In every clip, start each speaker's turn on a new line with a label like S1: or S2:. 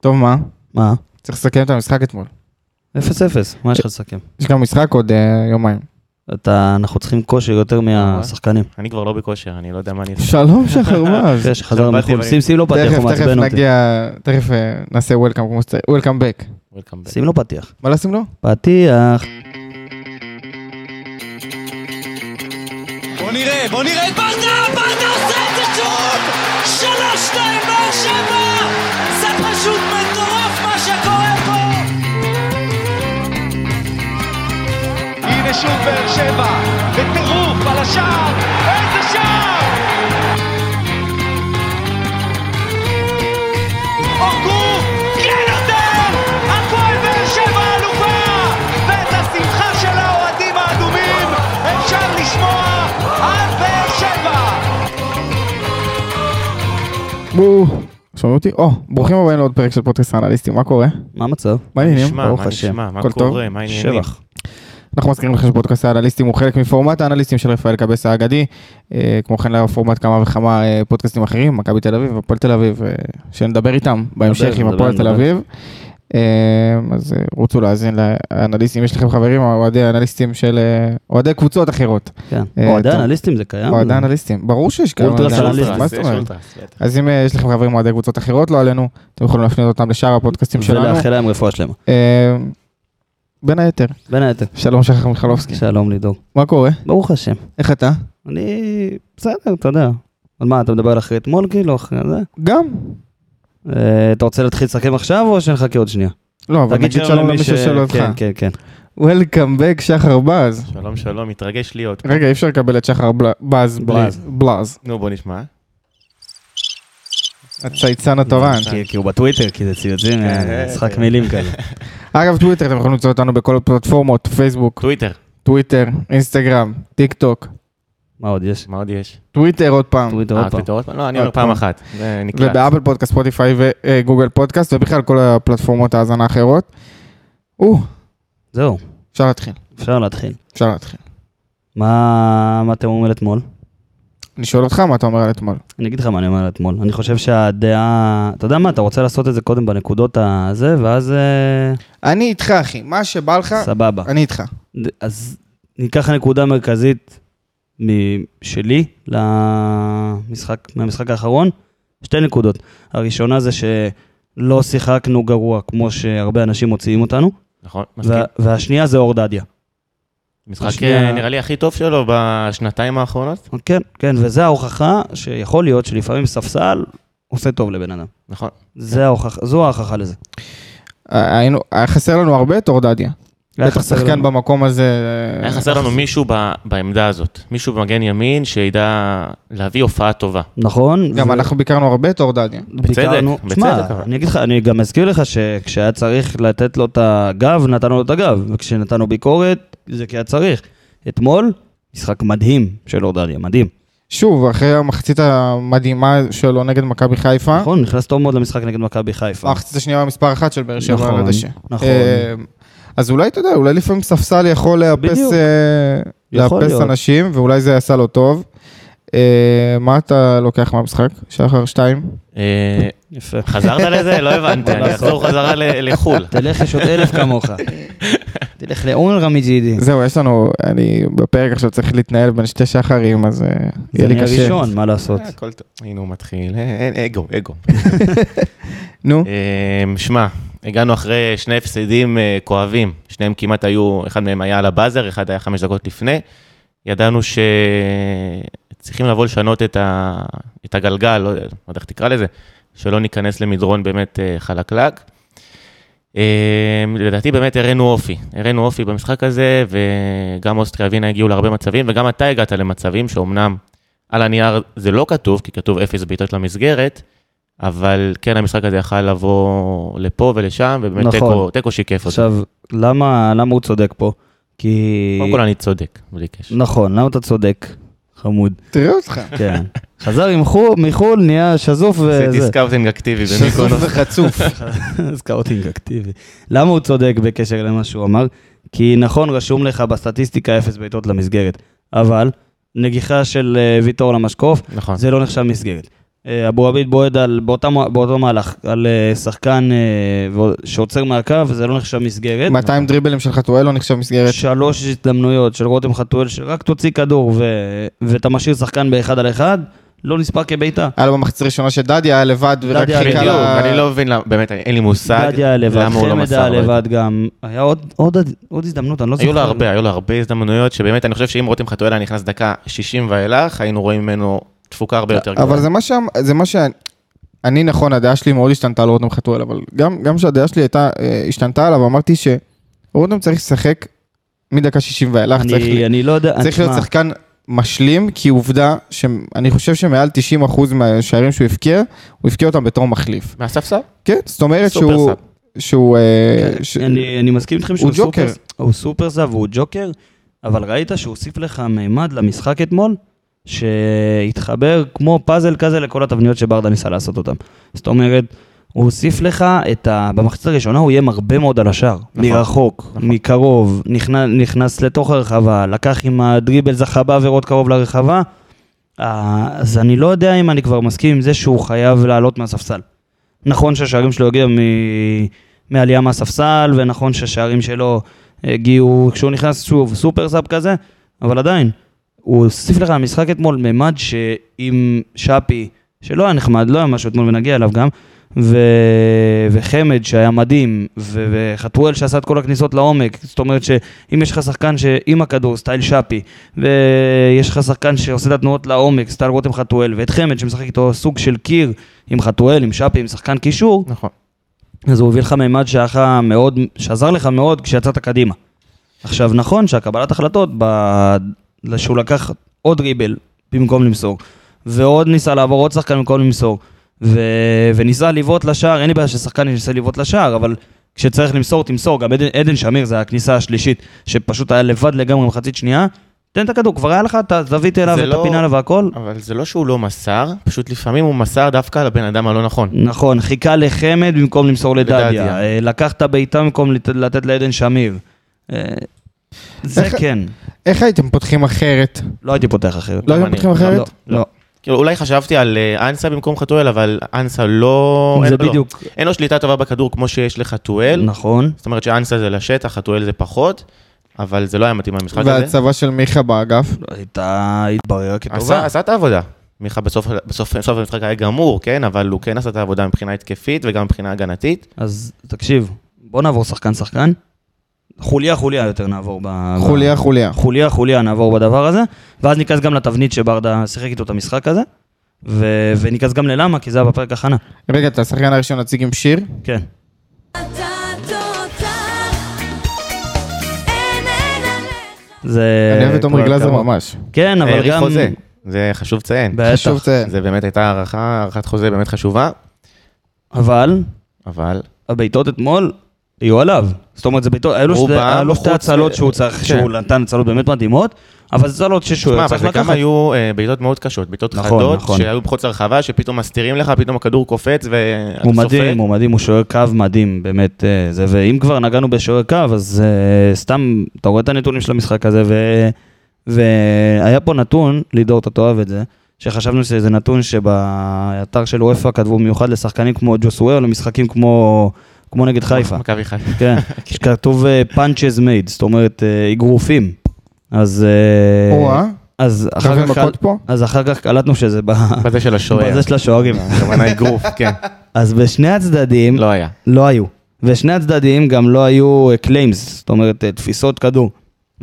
S1: טוב, מה?
S2: מה?
S1: צריך לסכם את המשחק אתמול.
S2: 0-0, מה יש לך לסכם?
S1: יש גם משחק עוד אה, יומיים.
S2: אתה, אנחנו צריכים כושר
S1: אה,
S2: יותר מהשחקנים.
S3: אני כבר לא בכושר, אני לא יודע מה אני...
S1: שלום, שחרמז.
S2: אחרי שחזרנו
S3: באתי,
S2: מחו"ל,
S3: אבל-
S2: שים שים לו פתיח,
S1: תכף,
S2: הוא
S1: תכף
S2: מעצבן אותי.
S1: נגיע, תכף אה, נעשה וולקאם כמו שצריך, וולקאם בק.
S3: Welcome back.
S2: שים לו פתיח.
S1: מה לשים לו?
S2: פתיח.
S4: בוא נראה, בוא נראה את ברדה, ברדה עושה את זה שוב! שלוש, שתיים, באר שבע! זה פשוט מטורף מה שקורה פה!
S5: הנה שוב באר שבע, בטירוף על השער, איזה שער! אורגו, כן נותן! הפועל באר שבע אלופה! ואת השמחה של האוהדים האדומים אפשר לשמוע עד באר שבע!
S1: בואו. שומעים אותי? או, ברוכים הבאים לעוד פרק של פודקאסט האנליסטים, מה קורה?
S2: מה המצב?
S1: מה העניינים?
S3: נשמע,
S2: ברוך
S3: מה
S2: השם.
S3: נשמע, מה
S1: הכל טוב?
S3: קורה, מה העניינים?
S2: שבח.
S1: אנחנו מזכירים לכם שפודקאסט האנליסטים הוא חלק מפורמט האנליסטים של רפאל קבס האגדי. אה, כמו כן, היה פורמט כמה וכמה אה, פודקאסטים אחרים, מכבי תל אביב, הפועל תל אביב, אה, שנדבר איתם בהמשך עם
S2: נדבר,
S1: הפועל תל
S2: נדבר.
S1: אביב. אה, אז אה, רוצו להאזין לאנליסטים, יש לכם חברים, אוהדי אנליסטים של אה, אוהדי קבוצות אחרות.
S2: כן.
S1: אה,
S2: אוהדי
S1: טוב.
S2: אנליסטים זה קיים?
S1: אוהדי אנליסטים, ברור שיש כאלה.
S2: אולטרס
S1: אוהדי
S2: אנליסטים,
S1: מה
S3: אולטרס,
S1: זאת
S3: יש
S1: אומרת?
S3: אולטרס, בטח.
S1: אז אם אה, יש לכם חברים אוהדי קבוצות אחרות, לא עלינו, אתם יכולים להפנות אותם לשאר הפודקאסטים שלנו.
S2: ולאחל להם רפואה שלמה.
S1: אה, בין היתר,
S2: בין היתר.
S1: שלום שחר מיכלובסקי,
S2: שלום לידור.
S1: מה קורה?
S2: ברוך השם.
S1: איך אתה?
S2: אני... בסדר, אתה יודע. אז מה, אתה מדבר על אחרי אתמול כאילו, אחרי זה?
S1: גם.
S2: אה, אתה רוצה להתחיל לסכם עכשיו או שנחכה עוד שנייה?
S1: לא, אבל
S2: תגיד
S1: נגיד שלום למישהו שלא אותך.
S2: כן, כן, כן.
S1: Welcome back שחר בז.
S3: שלום, שלום, מתרגש להיות. פה.
S1: רגע, אי אפשר לקבל את שחר בל- בז בלי
S2: בלז.
S1: בלז.
S3: נו, בוא נשמע.
S1: הצייצן התורן.
S2: כי- כי הוא בטוויטר, כי זה ציוצים, אה, משחק מילים כזה.
S1: אגב, טוויטר, אתם יכולים למצוא אותנו בכל הפלטפורמות, פייסבוק,
S3: טוויטר,
S1: טוויטר, אינסטגרם, טיק טוק,
S2: מה עוד יש?
S3: מה עוד יש?
S1: טוויטר עוד פעם.
S2: טוויטר כן.
S3: אה,
S2: עוד פעם.
S3: טוויטר עוד פעם? לא, אני
S1: עוד
S3: אומר פעם
S1: פעם.
S3: אחת. זה נקלט.
S1: ובאפל פודקאסט, ספוטיפיי וגוגל פודקאסט, ובכלל כל הפלטפורמות ההאזנה האחרות. או,
S2: זהו,
S1: אפשר להתחיל,
S2: אפשר להתחיל.
S1: אפשר להתחיל.
S2: מה מה אתם אומרים על אתמול?
S1: אני שואל אותך מה אתה אומר על אתמול.
S2: אני אגיד לך מה אני אומר על אתמול. אני חושב שהדעה... אתה יודע מה, אתה רוצה לעשות את זה קודם בנקודות הזה, ואז אה,
S1: אני איתך, אחי, מה שבא לך,
S2: סבבה.
S1: אני איתך.
S2: ד- אז ניקח נקודה מרכזית מ- שלי למשחק, מהמשחק האחרון, שתי נקודות. הראשונה זה שלא שיחקנו גרוע כמו שהרבה אנשים מוציאים אותנו,
S3: נכון, מסכים.
S2: וה- והשנייה זה אור דדיה.
S3: משחק
S2: השנייה-
S3: אה, נראה לי הכי טוב שלו בשנתיים האחרונות.
S2: כן, כן, וזה ההוכחה שיכול להיות שלפעמים ספסל עושה טוב לבן אדם.
S3: נכון.
S2: זה ההוכחה, זו ההוכחה לזה.
S1: אה, היינו, היה חסר לנו הרבה את אורדדיה.
S2: לא היה
S1: בטח
S2: חסר
S1: שחקן
S2: לנו-
S1: במקום הזה. אה,
S3: היה חסר לנו מישהו ב- בעמדה הזאת. מישהו במגן ימין שידע להביא הופעה טובה.
S2: נכון.
S1: גם
S2: ו-
S1: אנחנו ביקרנו הרבה את אורדדיה.
S3: בצדק,
S2: ביקרנו-
S3: בצדק,
S2: שמע,
S3: אבל.
S2: אני אגיד לך, אני גם אזכיר לך שכשהיה צריך לתת לו את הגב, נתנו לו את הגב, וכשנתנו ביקורת, זה כי היה צריך. אתמול, משחק מדהים של אורדליה, מדהים.
S1: שוב, אחרי המחצית המדהימה שלו נגד מכבי חיפה,
S2: נכון, נכנס טוב מאוד למשחק נגד מכבי חיפה.
S1: המחצית השנייה מספר אחת של באר שבע
S2: נכון,
S1: על הדשא.
S2: נכון.
S1: אה, אז אולי, אתה יודע, אולי לפעמים ספסל יכול לאפס
S2: בדיוק.
S1: אה,
S2: יכול
S1: לאפס
S2: להיות.
S1: אנשים, ואולי זה עשה לו טוב. אה, מה אתה לוקח מהמשחק? שחר 2?
S3: אה,
S2: יפה.
S3: חזרת לזה? לא הבנתי, אני אחזור חזרה ל- לחו"ל.
S2: תלך, יש עוד אלף כמוך. תלך לאונרה מג'ידי.
S1: זהו, יש לנו, אני בפרק עכשיו צריך להתנהל בין שתי שחרים, אז אה,
S2: זה
S1: יהיה לי
S2: אני
S1: קשה.
S2: הראשון, מה לעשות?
S3: אה, הכל טוב. הנה הוא מתחיל, אה, אה, אגו, אגו.
S1: נו,
S2: אה,
S3: אמ, שמע, הגענו אחרי שני הפסדים אה, כואבים, שניהם כמעט היו, אחד מהם היה על הבאזר, אחד היה חמש דקות לפני. ידענו שצריכים לבוא לשנות את, ה... את הגלגל, לא יודע לא יודע איך תקרא לזה, שלא ניכנס למדרון באמת אה, חלקלק. אמ, לדעתי באמת הראינו אופי, הראינו אופי במשחק הזה, וגם אוסטריה ווינה הגיעו להרבה מצבים, וגם אתה הגעת למצבים שאומנם על הנייר זה לא כתוב, כי כתוב אפס בעיטות למסגרת, אבל כן, המשחק הזה יכל לבוא לפה ולשם, ובאמת
S2: נכון.
S3: תיקו- תיקו שיקף אותו.
S2: עכשיו, למה למה הוא צודק פה? כי...
S3: קודם כל אני צודק, בלי קשר.
S2: נכון, למה אתה צודק? חמוד,
S1: תראה אותך.
S2: כן. חזר עם חו- מחו"ל, נהיה שזוף
S3: עשיתי
S2: וזה.
S3: סקאוטינג אקטיבי
S1: שזוף
S3: במיקונוס.
S1: וחצוף.
S2: סקאוטינג אקטיבי. למה הוא צודק בקשר למה שהוא אמר? כי נכון, רשום לך בסטטיסטיקה אפס בעיטות למסגרת, אבל נגיחה של אה, ויטור למשקוף,
S3: נכון.
S2: זה לא נחשב מסגרת. אה, אבו עביד בועד על, באותה, באותו מהלך, על אה, שחקן אה, ועוד- שעוצר מהקו, זה לא נחשב מסגרת.
S1: 200 דריבלים של חתואל לא נחשב מסגרת.
S2: שלוש הזדמנויות של רותם חתואל, שרק תוציא כדור ו... ואתה משאיר שחקן באחד על אחד, לא נספר כבעיטה.
S1: היה לו במחצית הראשונה שדדיה היה לבד ורק
S2: דדיה
S1: חיכה
S3: בדיוק,
S1: ל...
S3: אני לא מבין, למה- באמת, אין לי מושג
S2: דדיה היה לבד,
S3: למה הוא לא
S2: חמד היה
S3: מסר. לו את זה.
S2: לבד גם. היה עוד, עוד, עוד הזדמנות, אני לא זוכר.
S3: היו לו הרבה, היו לו הרבה הזדמנויות, שבאמת אני חושב שאם רותם חתואל היה נכנס דקה 60 ואילך, היינו רואים ממנו תפוקה הרבה יותר גדולה.
S1: אבל זה מה שם, זה מה ש... אני נכון, הדעה שלי מאוד השתנתה על רותם חתואל, אבל גם, גם שהדעה שלי הייתה, אה, השתנתה עליו, אמרתי שרותם צריך לשחק מדקה 60 ואילך, צריך,
S2: אני, אני לא יודע,
S1: צריך להיות
S2: תשמע,
S1: שחקן משלים, כי עובדה, שאני חושב שמעל 90% מהשערים שהוא הבקיע, הוא הבקיע אותם בתור מחליף.
S3: מהספסל?
S1: כן, זאת אומרת
S3: סופר
S1: שהוא...
S3: סאב. כן,
S1: שהוא... אה, ש...
S2: אני, אני מסכים איתכם
S1: הוא
S2: שהוא סופר,
S1: ג'וקר.
S2: הוא סופר זב והוא ג'וקר, אבל ראית שהוא הוסיף לך מימד למשחק אתמול, שהתחבר כמו פאזל כזה לכל התבניות שברדה ניסה לעשות אותן. זאת אומרת, הוא הוסיף לך את ה... במחצית הראשונה הוא איים הרבה מאוד על השער. נכון, מרחוק, נכון. מקרוב, נכנס, נכנס לתוך הרחבה, לקח עם הדריבל זכה בעבירות קרוב לרחבה. אה, אז אני לא יודע אם אני כבר מסכים עם זה שהוא חייב לעלות מהספסל. נכון שהשערים שלו הגיעו מ... מעלייה מהספסל, ונכון שהשערים שלו אה, הגיעו כשהוא נכנס שוב סופר סאב כזה, אבל עדיין, הוא הוסיף לך למשחק אתמול ממד שעם שפי, שלא היה נחמד, לא היה משהו אתמול ונגיע אליו גם, ו... וחמד שהיה מדהים, ו... וחתואל שעשה את כל הכניסות לעומק, זאת אומרת שאם יש לך שחקן שעם הכדור, סטייל שפי, ויש לך שחקן שעושה את התנועות לעומק, סטייל רותם חתואל, ואת חמד שמשחק איתו סוג של קיר, עם חתואל, עם שפי, עם שחקן קישור,
S1: נכון.
S2: אז הוא הביא לך מימד שהיה לך מאוד, שעזר לך מאוד כשיצאת קדימה. עכשיו, נכון שהקבלת החלטות, ב... שהוא לקח עוד ריבל במקום למסור, ועוד ניסה לעבור עוד שחקן במקום למסור, ו... וניסה לבעוט לשער, אין לי בעיה ששחקן ינסה לבעוט לשער, אבל כשצריך למסור, תמסור. גם עדן, עדן שמיר, זה הכניסה השלישית, שפשוט היה לבד לגמרי מחצית שנייה, תן את הכדור, כבר היה לך את הזווית אליו,
S3: זה
S2: את
S3: לא-
S2: הפינה אליו והכל,
S3: אבל זה לא שהוא לא מסר, פשוט לפעמים הוא מסר דווקא לבן אדם הלא נכון.
S2: נכון, חיכה לחמד במקום למסור לדדיה.
S3: לדדיה.
S2: אה, לקח את הבעיטה במקום לת- לתת לעדן שמיר. אה, זה
S1: איך-
S2: כן,
S1: איך הייתם פותחים אחרת?
S2: לא הייתי פותח אחרת.
S1: לא הייתם
S3: גם אני.
S1: פותחים
S3: לא,
S1: אחרת?
S2: לא, לא.
S3: כאילו, אולי חשבתי על אה, אנסה במקום חתואל, אבל אנסה לא...
S2: זה
S3: אין לו-
S2: בדיוק,
S3: אין לו שליטה טובה בכדור כמו שיש לחתואל.
S2: נכון.
S3: זאת אומרת שאנסה זה לשטח, חתואל זה פחות, אבל זה לא היה מתאים למשחק הזה.
S1: והצבה של מיכה באגף?
S2: אה, הייתה התבררה
S3: עשה
S2: כטובה.
S3: עשה את העבודה. מיכה בסוף בסוף- בסוף המשחק היה גמור, כן? אבל הוא כן עשה את העבודה מבחינה התקפית וגם מבחינה הגנתית.
S2: אז תקשיב, בוא נעבור שחקן-שחקן. חוליה חוליה יותר נעבור. ב-
S1: חוליה חוליה.
S2: חוליה חוליה נעבור בדבר הזה, ואז ניכנס גם לתבנית שברדה שיחק איתו את המשחק הזה, ו- וניכנס גם ללמה, כי זה היה בפרק הכנה.
S1: רגע, את השחקן הראשון נציג עם שיר?
S2: כן. זה...
S1: אני אוהב את עומרי
S2: כבר
S1: גלאזר
S2: כמה-
S1: ממש.
S2: כן, אבל
S3: האריך
S2: גם...
S3: אה, חוזה, זה חשוב לציין.
S2: בטח.
S1: חשוב לציין.
S3: זה באמת הייתה הערכה, הערכת חוזה באמת חשובה,
S2: אבל
S3: אבל...
S2: הבעיטות אתמול היו עליו. זאת אומרת, זה בעיטות, היו לו
S3: רובם
S2: שתי- היה לו שתי
S3: חוץ-
S2: הצלות שהוא
S1: כן.
S2: צריך, שהוא נתן הצלות באמת מדהימות, אבל זה לא הצלות ששהוא
S3: תשמע,
S2: היה
S3: אבל
S2: צריך
S3: זה גם
S2: לקחת.
S3: היו אה, בעיטות מאוד קשות, בעיטות
S2: נכון,
S3: חדות,
S2: נכון.
S3: שהיו בחוץ הרחבה, שפתאום מסתירים לך, פתאום הכדור קופץ ואתה
S2: הוא
S3: סופג.
S2: מדהים, הוא מדהים, הוא שוער קו מדהים, באמת. אה, זה, ואם כבר נגענו בשוער קו, אז אה, סתם, אתה רואה את הנתונים של המשחק הזה, ו... והיה פה נתון, לידור, אתה תאהב את זה, שחשבנו שזה נתון שבאתר של וופא כתבו במיוחד לשחקנים כמו ג'וסואר, למשחקים כמו, כמו נגד חיפה.
S3: נכון, מכבי חיפה.
S2: כן, כתוב punches made, זאת אומרת אה, אגרופים. אז... אה,
S1: או-אה,
S2: אז
S1: חייבים
S2: אחר כך...
S1: מכות פה?
S2: אז אחר כך קלטנו שזה ב-
S3: בזה של השוער.
S2: בזה של השוערים.
S3: הכוונה אגרוף, כן.
S2: אז בשני הצדדים
S3: לא היה.
S2: לא היו. ושני הצדדים גם לא היו קליימס, זאת אומרת אה, תפיסות כדור.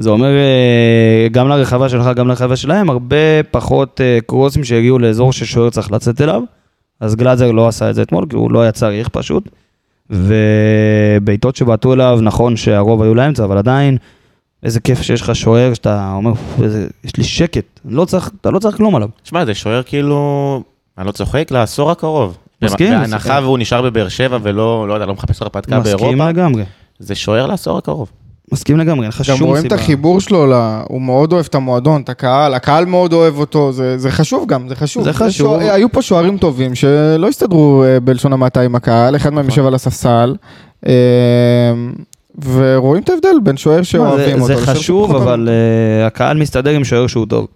S2: זה אומר אה, גם לרחבה שלך, גם לרחבה שלהם, הרבה פחות אה, קרוסים שהגיעו לאזור ששוער צריך לצאת אליו. אז גלאזר לא עשה את זה אתמול, כי הוא לא היה צריך פשוט. ובעיטות שבעטו אליו, נכון שהרוב היו לאמצע, אבל עדיין, איזה כיף שיש לך שוער, שאתה אומר, "אוף, איזה, יש לי שקט, אני לא צריך, אתה לא צריך כלום עליו.
S3: שמע, זה שוער כאילו, אני לא צוחק, לעשור הקרוב.
S2: מסכים, מסכים.
S3: בהנחה והוא נשאר בבאר שבע ולא, לא יודע, לא מחפש הרפתקה
S2: מסכים
S3: באירופה,
S2: לגמרי,
S3: זה שוער לעשור הקרוב.
S2: מסכים לגמרי, אין לך שום
S1: גם
S2: סיבה.
S1: רואים את החיבור שלו, ל- הוא מאוד אוהב את המועדון, את הקהל, הקהל מאוד אוהב אותו, זה זה חשוב גם, זה חשוב.
S2: זה
S1: יש
S2: חשוב.
S1: שוע- היו פה שוערים טובים שלא הסתדרו אה, בלשון המעטה עם הקהל, אחד
S2: נכון.
S1: מהם יושב על הספסל, אה, ורואים את ההבדל בין שוער
S2: שמע, זה-
S1: שאוהבים אותו.
S2: זה
S1: לשוער
S2: חשוב,
S1: שפחות אוהבים.
S2: אבל אה, הקהל מסתדר עם שוער שהוא טוב.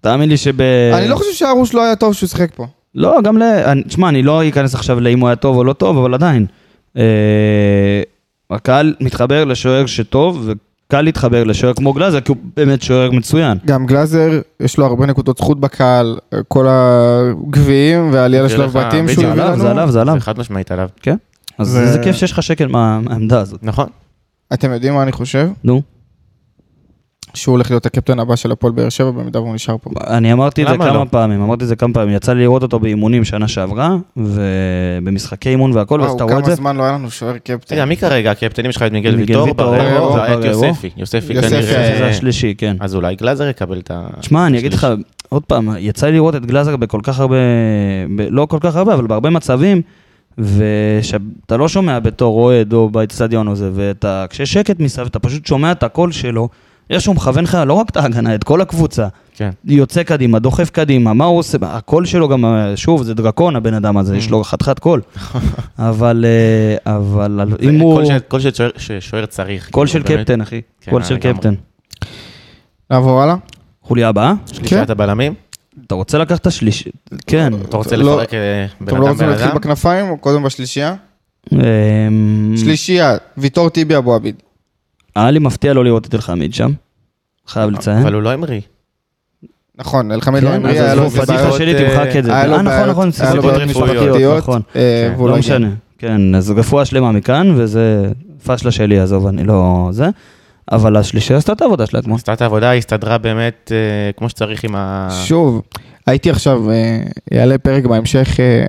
S2: תאמין לי שב...
S1: לא
S2: אה,
S1: אני לא חושב שהרוש לא היה טוב שהוא שיחק פה.
S2: לא, גם ל... אני- תשמע, אני לא אכנס עכשיו לאם הוא היה טוב או לא טוב, אבל עדיין. אה, הקהל מתחבר לשוער שטוב, וקל להתחבר לשוער כמו גלאזר, כי הוא באמת שוער מצוין.
S1: גם גלאזר, יש לו הרבה נקודות זכות בקהל, כל הגביעים והעלייה
S3: זה
S1: לשלב
S3: לך-
S1: בתים שהוא
S3: בדיוק.
S1: הביא
S2: עליו,
S3: זה
S1: לנו.
S2: זה עליו, זה עליו.
S3: זה חד משמעית עליו.
S2: אז
S1: ו-
S2: זה כיף שיש לך שקל מה- מהעמדה הזאת.
S3: נכון.
S1: אתם יודעים מה אני חושב?
S2: נו,
S1: שהוא הולך להיות הקפטן הבא של הפועל באר שבע, במידה והוא נשאר פה.
S2: אני אמרתי את זה
S3: למה לא?
S2: כמה פעמים, אמרתי את זה כמה פעמים, יצא לי לראות אותו באימונים שנה שעברה, ובמשחקי אימון והכל, ואז
S1: וואו,
S2: אתה רואה את
S1: כמה
S2: זה,
S1: זמן לא היה לנו שוער
S3: תגיד,
S1: קפטן.
S3: כן. מי כרגע הקפטנים שלך? את מיגל
S2: מיגל
S3: ויטור,
S2: ויטור,
S3: בררו,
S1: בררו,
S3: ואת
S2: בררו.
S3: יוספי. יוספי
S1: יוספי,
S2: זה
S3: כנראה...
S2: השלישי, כן.
S3: אז אולי גלאזר יקבל את ה...
S2: תשמע, אני אגיד לך,
S3: השלישי.
S2: עוד פעם, יצא לי לראות את גלאזר בכל כך הרבה, ב- לא כל כך הרבה, אבל בהרבה מצבים, ושאתה לא שומע בתור אוהד או באצטדיון או זה, ואתה, כשיש שקט מסביב, אתה פשוט שומע את הקול שלו, איך שהוא מכוון לך, לא רק את ההגנה, את כל הקבוצה.
S3: כן.
S2: יוצא קדימה, דוחף קדימה, מה הוא עושה? הקול שלו גם, אה, שוב, זה דרקון הבן אדם הזה, יש
S3: Mm.
S2: לו חתיכת קול. אבל, אה, אבל על- אם
S3: זה
S2: הוא...
S3: קול ש- קול ששוער- ששוער צריך.
S2: קול של
S3: כאילו, באמת.
S2: קפטן, אחי.
S3: כן,
S2: קול של
S3: לגמרי.
S2: קפטן.
S1: נעבור הלאה?
S2: חוליה הבאה?
S3: שלישיית הבלמים?
S2: אתה רוצה לקחת את השלישי? כן.
S3: אתה רוצה
S1: לא.
S3: לפרק אה, בן
S1: אתם לא
S3: אדם
S1: רוצים
S3: בן
S1: להתחיל
S3: אדם?
S1: בכנפיים או קודם בשלישייה?
S2: אמ,
S1: שלישייה, ויטור טיבי אבו עביד.
S2: היה לי מפתיע לא לראות את אלחמיד שם, חייב לציין.
S3: אבל הוא לא המריא.
S1: נכון, אלחמיד
S2: כן,
S1: לא המריא,
S2: אז
S1: היה לו
S2: עזוב,
S1: איזה
S2: פדיחה
S1: בעיות,
S2: שלי
S3: אה,
S2: תמחק את זה.
S1: היה לו
S2: אה, נכון,
S1: בעיות-
S2: נכון,
S1: היה לו
S3: סיבות
S1: בעיות
S2: סיבות
S1: משפחתיות,
S2: משפחתיות, נכון.
S1: אה,
S3: כן,
S1: והוא
S2: לא
S1: הגיע.
S2: משנה, כן, אז רפואה שלמה מכאן, וזה פשלה שלי, עזוב, אני לא... זה. אבל השלישייה עשתה את העבודה שלה אתמול.
S3: עשתה את העבודה, היא הסתדרה באמת אה, כמו שצריך עם ה...
S1: שוב, הייתי עכשיו, אה, יעלה פרק בהמשך אה,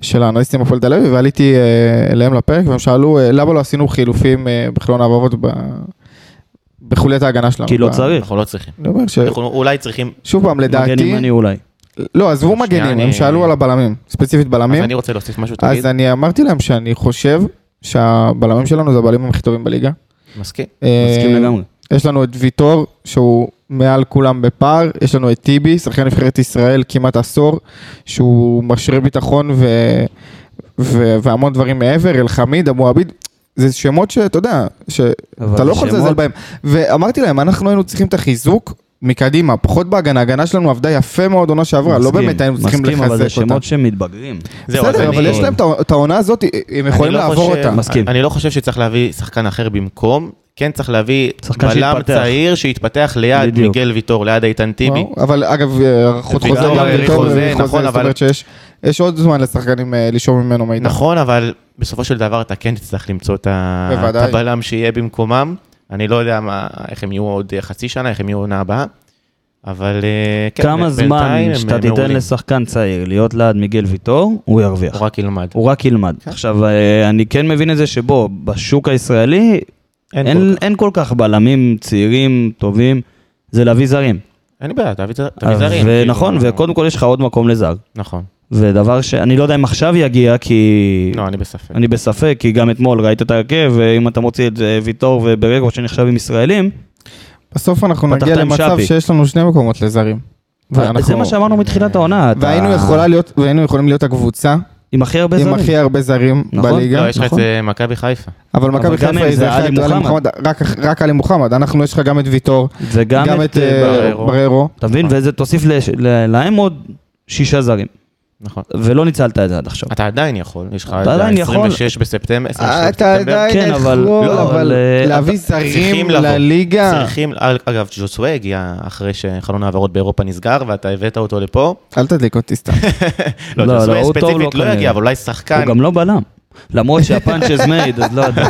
S1: של האנליסטים הפועל תל אביב, ועליתי אה, אליהם לפרק והם שאלו אה, למה לא עשינו חילופים אה, בחלון העברות ב- בחוליית ההגנה שלנו.
S2: כי לא
S1: ב-
S2: צריך.
S3: אנחנו לא צריכים.
S1: אני אומר ש...
S3: אנחנו אולי צריכים...
S1: שוב פעם,
S2: מגן
S1: נכון, לדעתי,
S2: ימני אולי.
S1: לא, עזבו
S3: שנייה,
S1: מגנים,
S3: אני-
S1: הם שאלו על הבלמים, ספציפית
S3: אז
S1: בלמים,
S3: אני רוצה להוסיף משהו, תגיד.
S1: אז אני אמרתי להם שאני חושב שהבלמים שלנו זה הבלמים הכי טובים בליגה.
S3: מסכים.
S1: אה,
S2: מסכים לגמרי.
S1: יש לנו את ויטור, שהוא מעל כולם בפער, יש לנו את טיבי, שחקן נבחרת ישראל כמעט עשור, שהוא משרה ביטחון ו... ו... והמון דברים מעבר, אלחמיד, אבו עביד, זה שמות שאתה יודע,
S2: אבל
S1: שאתה לא יכול
S2: שמות-
S1: לזלזל בהם. ואמרתי להם, אנחנו היינו צריכים את החיזוק מקדימה, פחות בהגנה, ההגנה שלנו עבדה יפה מאוד עונה שעברה, לא
S2: מסכים,
S1: באמת היינו צריכים
S2: מסכים, אבל זה
S1: לחזק אותה.
S2: שמות שמתבגרים.
S3: זהו, אז
S1: בסדר,
S3: אני-
S1: אבל
S2: לא-
S1: יש להם את ה- את העונה הזאת, הם
S3: אני
S1: יכולים
S3: לא
S1: לעבור
S3: חושב-
S1: אותה.
S2: מסכים.
S3: אני לא חושב שצריך להביא שחקן אחר במקום. כן צריך להביא
S2: שחקן
S3: בלם
S2: שיתפתח.
S3: צעיר שיתפתח ליד
S2: בדיוק.
S3: מיגל ויטור, ליד איתן טיבי.
S1: וואו, אבל אגב, הארכות
S3: וגם
S1: חוזה גם
S3: הארכות
S1: יותר
S3: חוזה,
S1: חוזה,
S3: נכון,
S1: זאת
S3: אבל-
S1: אומרת שיש יש עוד זמן לשחקנים אה, לשאוב ממנו מידע.
S3: נכון, אבל בסופו של דבר אתה כן תצטרך למצוא את ה- את
S1: בוודאי.
S3: הבלם שיהיה במקומם. אני לא יודע מה, איך הם יהיו עוד חצי שנה, איך הם יהיו עונה הבאה, אבל אה, כן,
S2: כמה
S3: בינתיים
S2: זמן
S3: הם, אה,
S2: שאתה תיתן
S3: מעולים.
S2: לשחקן צעיר להיות ליד מיגל ויטור, הוא ירוויח.
S3: הוא רק כן. ילמד.
S2: הוא רק ילמד. עכשיו, אה, אני כן מבין את זה שבו, בשוק הישראלי,
S3: אין כל
S2: אין, אין כל כך בלמים צעירים, טובים, זה להביא זרים.
S3: אין לי בעיה, תביא זר- תביא זרים. כאילו.
S2: אה, ונכון, וקודם כל יש לך עוד מקום לזר.
S3: נכון.
S2: ודבר שאני לא יודע אם עכשיו יגיע, כי...
S3: לא, אני בספק.
S2: אני בספק, כי גם אתמול ראית את ההרכב, ואם אתה מוציא את אה, ויטור וברגו שנחשב עם ישראלים,
S1: בסוף אנחנו
S2: פתחת
S1: נגיע
S2: עם
S1: למצב
S2: שפי.
S1: שיש לנו שני מקומות לזרים. ואנחנו-
S2: זה מה שאמרנו מתחילת העונה. אתה-
S1: והיינו יכולה להיות- והיינו יכולים להיות הקבוצה
S2: עם הכי הרבה
S1: עם
S2: זרים.
S1: הכי הרבה זרים
S2: נכון.
S1: בליגה,
S3: לא, יש לך את
S2: נכון.
S3: אה, מכבי חיפה.
S1: אבל מכבי
S2: אבל גם
S1: חיפה
S2: הם,
S1: היא
S2: זה
S1: זה
S2: עלי
S1: אחד, עלי
S2: מוחמד.
S1: מוחמד, רק- רק עלי מוחמד, אנחנו יש לך גם את ויטור,
S2: וגם
S1: גם את אה,
S3: בררו.
S1: בררו,
S2: אתה מבין? וזה תוסיף לש- ל- להם עוד שישה זרים.
S3: נכון.
S2: ולא ניצלת את זה עד עכשיו.
S3: אתה עדיין יכול, יש לך
S2: אתה
S3: עד
S2: עדיין יכול.
S3: ה-26 בספטמבר.
S1: אתה
S3: 28 בספטמבר.
S1: עדיין
S2: כן, אבל-
S1: יכול,
S2: לא,
S1: אבל
S2: אבל, אה,
S1: להביא
S3: צריכים
S1: זרים
S3: לבוא.
S1: לליגה,
S3: צריכים, אגב, ג'וסווה הגיע אחרי שחלון העברות באירופה נסגר, ואתה הבאת אותו לפה.
S1: אל תדליק אותי סתם.
S3: לא,
S2: לא,
S3: ג'וסווה
S2: לא, הוא טוב לו
S3: ספציפית לא
S2: כנראה.
S3: יגיע, אבל אולי שחקן.
S2: הוא גם לא בלם. למרות שהפאנצ'ז מייד, אז לא יודע.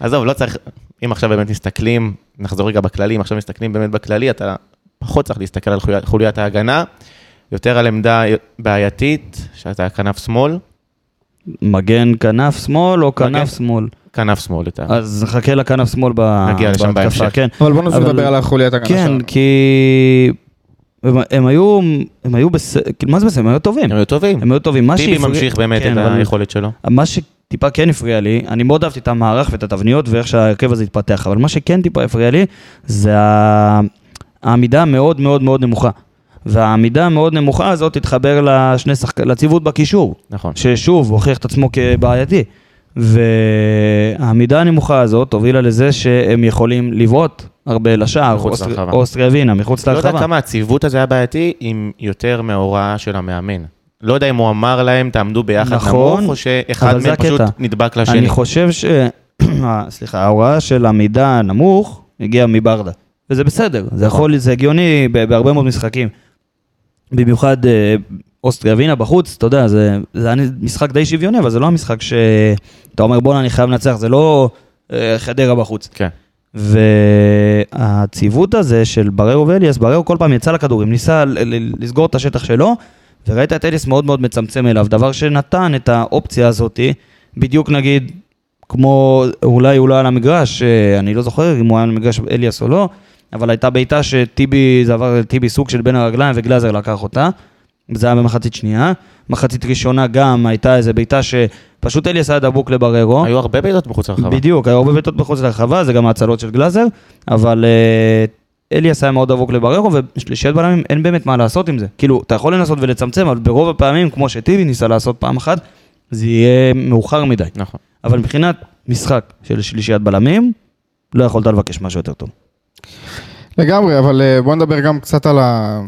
S3: עזוב, לא צריך, אם עכשיו באמת מסתכלים, נחזור רגע בכללי, אם עכשיו מסתכלים באמת בכללי, אתה פחות צריך להסתכל על חוליית, חוליית ההגנה, יותר על עמדה בעייתית, שאתה כנף שמאל,
S2: מגן כנף שמאל או כנף שמאל?
S3: כנף שמאל יותר.
S2: אז חכה לכנף שמאל ב-
S3: כן. נגיע לשם בהמשך. לא
S2: כן.
S1: אבל בוא ננסה
S2: אבל-
S1: לדבר על החוליית הגנה
S2: כן,
S1: שלנו.
S2: כי הם, הם היו, הם היו בסדר, מה זה בסדר? הם היו טובים.
S3: הם היו טובים.
S2: הם היו טובים. מה
S3: טיבי
S2: שהפריע-
S3: ממשיך באמת
S2: כן,
S3: את
S2: אבל
S3: היכולת שלו.
S2: מה שטיפה כן הפריע לי, אני מאוד אהבתי את המערך ואת התבניות ואיך שההרכב הזה התפתח, אבל מה שכן טיפה הפריע לי, זה ה- העמידה המאוד מאוד מאוד נמוכה. והעמידה המאוד נמוכה הזאת תתחבר לשני שחק... לציוות בקישור.
S3: נכון.
S2: ששוב, הוכיח את עצמו כבעייתי. והעמידה הנמוכה הזאת הובילה לזה שהם יכולים לבעוט הרבה לשער,
S3: מחוץ
S2: אוסטר-
S3: לרחבה.
S2: אוסטריה ווינה, מחוץ
S3: לא יודע
S2: לרחבה.
S3: כמה הציוות הזה היה בעייתי, עם יותר מההוראה של המאמן. לא יודע אם הוא אמר להם, תעמדו ביחד
S2: נכון,
S3: נמוך, או שאחד
S2: אבל זה
S3: מהם פשוט
S2: הקטע.
S3: נדבק
S2: השני.
S3: לשני.
S2: אני חושב ש... אה, סליחה, ההוראה של המידע הנמוך הגיעה מברדה. וזה בסדר, זה יכול, זה הגיוני ב- בהרבה מאוד משחקים. במיוחד אה, אוסטריה ווינה בחוץ, אתה יודע, זה, זה היה משחק די שוויוני, אבל זה לא המשחק שאתה אומר בואנה אני חייב לנצח, זה לא אה, חדרה בחוץ.
S3: כן.
S2: והציוות הזה של בררו ואליאס, בררו כל פעם יצא לכדורים, ניסה ל- ל- לסגור את השטח שלו, וראית את אליאס מאוד מאוד מצמצם אליו, דבר שנתן את האופציה הזאתי, בדיוק נגיד, כמו אולי הוא לא היה על המגרש, אה, אני לא זוכר אם הוא היה על המגרש אליאס או לא, אבל הייתה בעיטה שטיבי, זה עבר לטיבי סוג של בין הרגליים וגלאזר לקח אותה. זה היה במחצית שנייה, מחצית ראשונה גם הייתה איזה בעיטה שפשוט אליאס היה דבוק לבררו.
S3: היו הרבה בעיטות מחוץ לרחבה.
S2: לא. בדיוק, היו הרבה בעיטות מחוץ לרחבה, זה גם ההצלות של גלאזר, אבל אה, אליאס היה מאוד דבוק לבררו, ושלישיית בלמים אין באמת מה לעשות עם זה. כאילו, אתה יכול לנסות ולצמצם, אבל ברוב הפעמים, כמו שטיבי ניסה לעשות פעם אחת, זה יהיה מאוחר מדי.
S3: נכון.
S2: אבל מבחינת משחק של שלישיית בלמים, לא יכולת לבקש משהו יותר טוב.
S1: לגמרי, אבל אה, בוא נדבר גם קצת על, ה...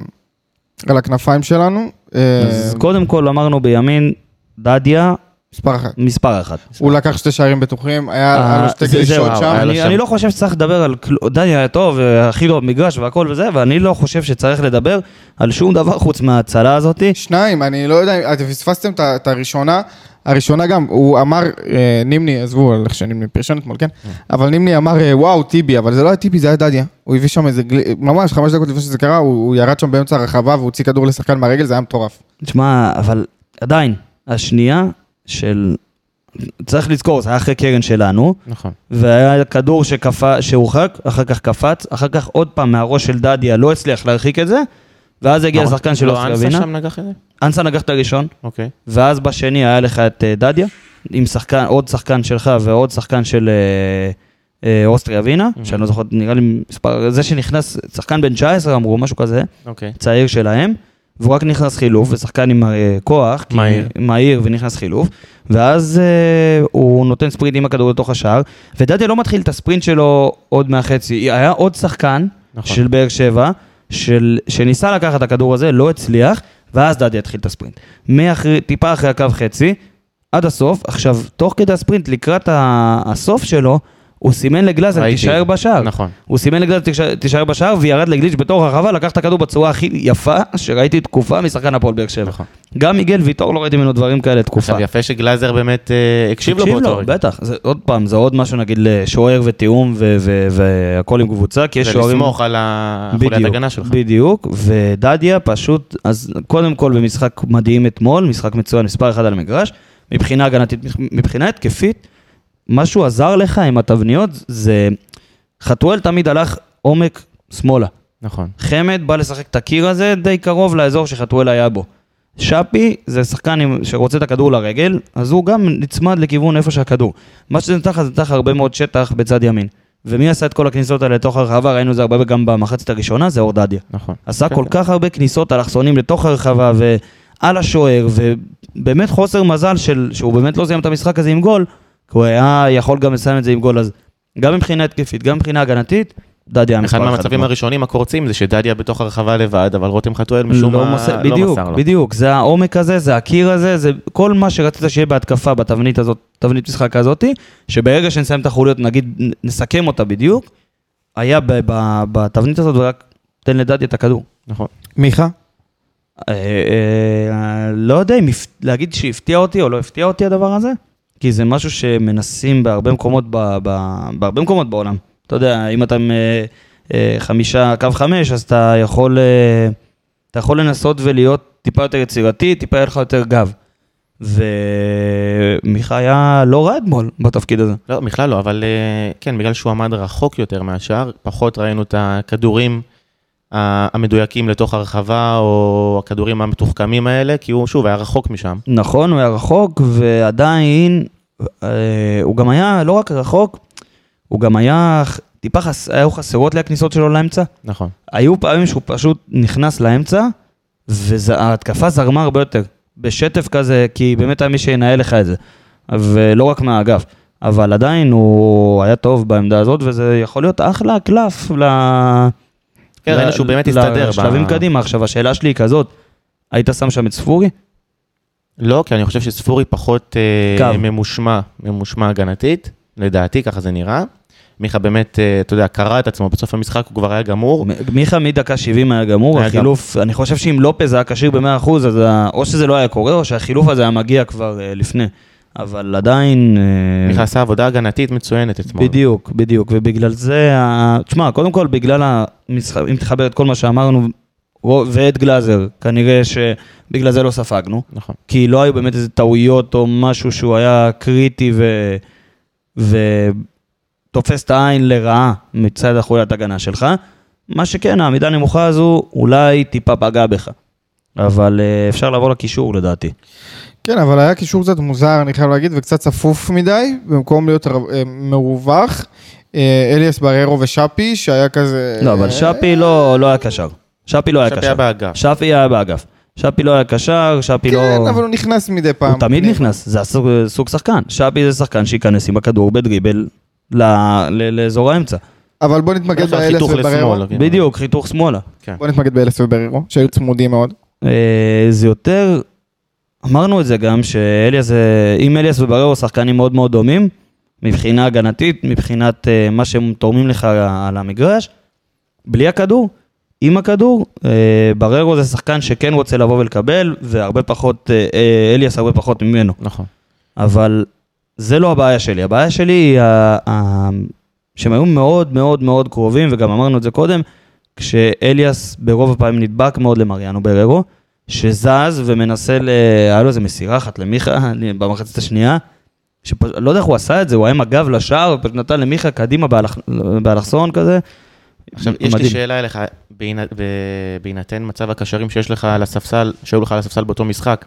S1: על הכנפיים שלנו. אה,
S2: אז קודם כל אמרנו בימין, דדיה,
S1: מספר אחת.
S2: מספר אחת.
S1: הוא לקח שתי שערים בטוחים, היה היה לו שתי
S2: אה, זה- זהו,
S1: גלישות
S3: היה
S1: שם.
S3: לו
S2: אני,
S3: שם.
S2: אני לא חושב שצריך לדבר על כלום, דני היה טוב, הכי טוב במגרש והכל וזה, ואני לא חושב שצריך לדבר על שום דבר חוץ מההצלה הזאתי.
S1: שניים, אני לא יודע, אתם פספסתם את ה- את הראשונה. הראשונה גם, הוא אמר, אה, נימני, עזבו על איך שנימני פרשן אתמול, כן? אבל נימני אמר, אה, וואו, טיבי, אבל זה לא היה טיבי, זה היה דדיה. הוא הביא שם איזה, גלי- ממש חמש דקות לפני שזה קרה, הוא הוא ירד שם באמצע הרחבה והוציא כדור לשחקן מהרגל, זה היה מטורף.
S2: תשמע, אבל עדיין, השנייה של... צריך לזכור, זה היה אחרי קרן שלנו,
S3: נכון.
S2: והיה כדור שקפא, שהורחק, אחר כך קפץ, אחר כך עוד פעם מהראש של דדיה לא הצליח להרחיק את זה, ואז הגיע
S3: נכון.
S2: השחקן של
S3: לא,
S2: אוסטריה
S3: אנסה
S2: ווינה.
S3: שם נגח את זה?
S2: אנסה נגח את הראשון,
S3: אוקיי.
S2: ואז בשני היה לך את אה, דדיה, עם שחקן, עוד שחקן שלך ועוד שחקן של אה, אה, אוסטריה ווינה, שאני לא זוכר, נראה לי מספר, זה שנכנס, שחקן בן 19 אמרו, משהו כזה,
S3: אוקיי.
S2: צעיר שלהם, והוא רק נכנס חילוף, ושחקן עם אה, כוח, כי-
S3: מהיר.
S2: מהיר ונכנס חילוף, ואז אה, הוא נותן ספרינט עם הכדור לתוך השער, ודדיה לא מתחיל את הספרינט שלו עוד מהחצי, היה עוד שחקן
S3: נכון.
S2: של באר שבע, של, שניסה לקחת את הכדור הזה, לא הצליח, ואז דדיה התחיל את הספרינט. מאחרי, טיפה אחרי הקו חצי, עד הסוף, עכשיו, תוך כדי הספרינט, לקראת ה- הסוף שלו, הוא סימן לגלאזר,
S3: ראיתי.
S2: תישאר בשער.
S3: נכון.
S2: הוא סימן לגלאזר "תישאר- תישאר בשער וירד לגליץ' בתור הרחבה, לקח את הכדור בצורה הכי יפה שראיתי תקופה משחקן הפועל באר שבע.
S3: נכון.
S2: גם מיגל ויטור לא ראיתי ממנו דברים כאלה תקופה.
S3: עכשיו, יפה שגלאזר באמת אה, הקשיב לו באותו רגע.
S2: בטח. זה, עוד פעם, זה עוד משהו נגיד לשוער ותיאום ו- ו- והכל עם קבוצה, כי יש שוערים...
S3: ולסמוך על ה- חוליית
S2: בדיוק,
S3: הגנה שלך.
S2: בדיוק, ודדיה פשוט, אז קודם כל במשחק מדהים אתמול, משחק מצוין, מספר אחד על המגרש, מבחינה הגנתית, מבחינה התקפית, משהו עזר לך עם התבניות, זה... חתואל תמיד הלך עומק שמאלה.
S3: נכון.
S2: חמד בא לשחק את הקיר הזה די קרוב לאזור שחתואל היה בו. שפי זה שחקן עם- שרוצה את הכדור לרגל, אז הוא גם נצמד לכיוון איפה שהכדור. מה שזה נתן לך, זה נתן לך הרבה מאוד שטח בצד ימין. ומי עשה את כל הכניסות האלה לתוך הרחבה, ראינו את זה הרבה גם במחצית הראשונה, זה אורדדיה.
S3: נכון.
S2: עשה
S3: כן,
S2: כל
S3: כן.
S2: כך הרבה כניסות אלכסונים לתוך הרחבה ועל השוער, ובאמת חוסר מזל של, שהוא באמת לא סיים את המשחק הזה עם גול, כי הוא היה יכול גם לסיים את זה עם גול, אז גם מבחינה התקפית, גם מבחינה הגנתית, דדיה היה מספר
S3: אחד
S2: אחד.
S3: מהמצבים הראשונים הקורצים זה שדדיה בתוך הרחבה לבד, אבל רותם חתואל משום
S2: לא
S3: מה
S2: מוסר-
S3: לא
S2: בדיוק,
S3: מסר לו.
S2: בדיוק, זה העומק הזה, זה הקיר הזה, זה כל מה שרצית שיהיה בהתקפה בתבנית הזאת, תבנית משחק הזאתי, שברגע שנסיים את החוליות, נגיד, נ- נסכם אותה בדיוק, היה ב- ב- בתבנית הזאת, ורק תן לדדי את הכדור.
S3: נכון.
S1: מיכה?
S2: אה, אה, לא יודע אם הפ- להגיד שהפתיע אותי או לא הפתיע אותי הדבר הזה, כי זה משהו שמנסים בהרבה מקומות, ב- ב- בהרבה מקומות בעולם. אתה יודע, אם אתה אה, אה, חמישה, קו חמש, אז אתה יכול, אה, אתה יכול לנסות ולהיות טיפה יותר יצירתי, טיפה יהיה לך יותר גב. ומיכה היה לא רע אתמול בתפקיד הזה.
S3: לא, בכלל לא, אבל אה, כן, בגלל שהוא עמד רחוק יותר מהשאר, פחות ראינו את הכדורים ה- המדויקים לתוך הרחבה, או הכדורים המתוחכמים האלה, כי הוא שוב היה רחוק משם.
S2: נכון, הוא היה רחוק, ועדיין, אה, הוא גם היה לא רק רחוק, הוא גם היה ח- טיפה חס... היו חסרות לי הכניסות שלו לאמצע.
S3: נכון.
S2: היו פעמים שהוא פשוט נכנס לאמצע, וההתקפה זרמה הרבה יותר. בשטף כזה, כי באמת היה מי שינהל לך את זה. ולא רק מהאגף. אבל עדיין הוא היה טוב בעמדה הזאת, וזה יכול להיות אחלה קלף ל...
S3: כן, ראינו שהוא באמת הסתדר. ב-
S2: לשלבים קדימה. עכשיו, השאלה שלי היא כזאת, היית שם שם את ספורי?
S3: לא, כי אני חושב שספורי פחות אה,
S2: קו.
S3: ממושמע, ממושמע הגנתית, לדעתי, ככה זה נראה. מיכה באמת, אה, אתה יודע, קרע את עצמו, בסוף המשחק הוא כבר היה גמור.
S2: מ- מיכה מדקה 70 היה גמור,
S3: היה
S2: החילוף, אני חושב שאם לופז היה כשיר ב-100%, אז ה- או שזה לא היה קורה, או שהחילוף הזה היה מגיע כבר אה, לפני. אבל עדיין... אה,
S3: מיכה עשה עבודה הגנתית מצוינת אתמול.
S2: בדיוק, בדיוק, ובגלל זה, ה- תשמע, קודם כל בגלל המשחק, אם תחבר את כל מה שאמרנו, רו- ואת גלאזר, כנראה שבגלל זה לא ספגנו,
S3: נכון.
S2: כי לא היו באמת איזה טעויות או משהו שהוא היה קריטי ו... ותופס את העין לרעה מצד החוליית הגנה שלך. מה שכן, העמידה הנמוכה הזו אולי טיפה פגעה בך, אבל אה, אפשר לעבור לקישור לדעתי.
S1: כן, אבל היה קישור קצת מוזר, אני חייב להגיד, וקצת צפוף מדי, במקום להיות ר- אה, מרווח. אה, אליאס בריירו ושאפי, שהיה כזה...
S2: לא, אבל שפי לא לא היה קשר. שפי לא היה
S3: אה, שפי
S2: קשר.
S3: היה באגף.
S2: שפי היה באגף. שפי לא היה קשר, שפי
S1: כן,
S2: לא...
S1: אבל הוא נכנס מדי פעם.
S2: הוא תמיד
S1: פנימה.
S2: נכנס, זה הסוג, סוג שחקן. שבי זה שחקן שייכנס עם הכדור בדריבל ל, ל, לאזור האמצע.
S1: אבל בוא נתמקד
S3: עכשיו
S1: באליאס
S3: חיתוך
S1: ובריירו.
S3: לשמאל. אבל-
S2: בדיוק, חיתוך שמאלה.
S3: כן.
S1: בוא נתמקד באליאס ובריירו, שהיו צמודים מאוד.
S2: אה, זה יותר, אמרנו את זה גם, שאליאס, אה, אם אליאס ובררו שחקנים מאוד מאוד דומים, מבחינה הגנתית, מבחינת אה, מה שהם תורמים לך על המגרש, בלי הכדור, עם הכדור, אה, בררו זה שחקן שכן רוצה לבוא ולקבל, והרבה פחות, אה, אה, אליאס הרבה פחות ממנו.
S3: נכון.
S2: אבל זה לא הבעיה שלי. הבעיה שלי היא ה- ה- שהם היו מאוד מאוד מאוד קרובים, וגם אמרנו את זה קודם, כשאליאס ברוב הפעמים נדבק מאוד למריאנו בררו, שזז ומנסה, ל... היה לו איזה מסירה אחת למיכה במחצית השנייה, שפשוט, לא יודע איך הוא עשה את זה, הוא היה עם הגב לשער, ופשוט נתן למיכה קדימה באלח... באלכסון כזה.
S3: עכשיו, יש לי
S2: מדהים.
S3: שאלה אליך, בהינ- ב- בהינתן מצב הקשרים שיש לך על הספסל, שהיו לך על הספסל באותו משחק,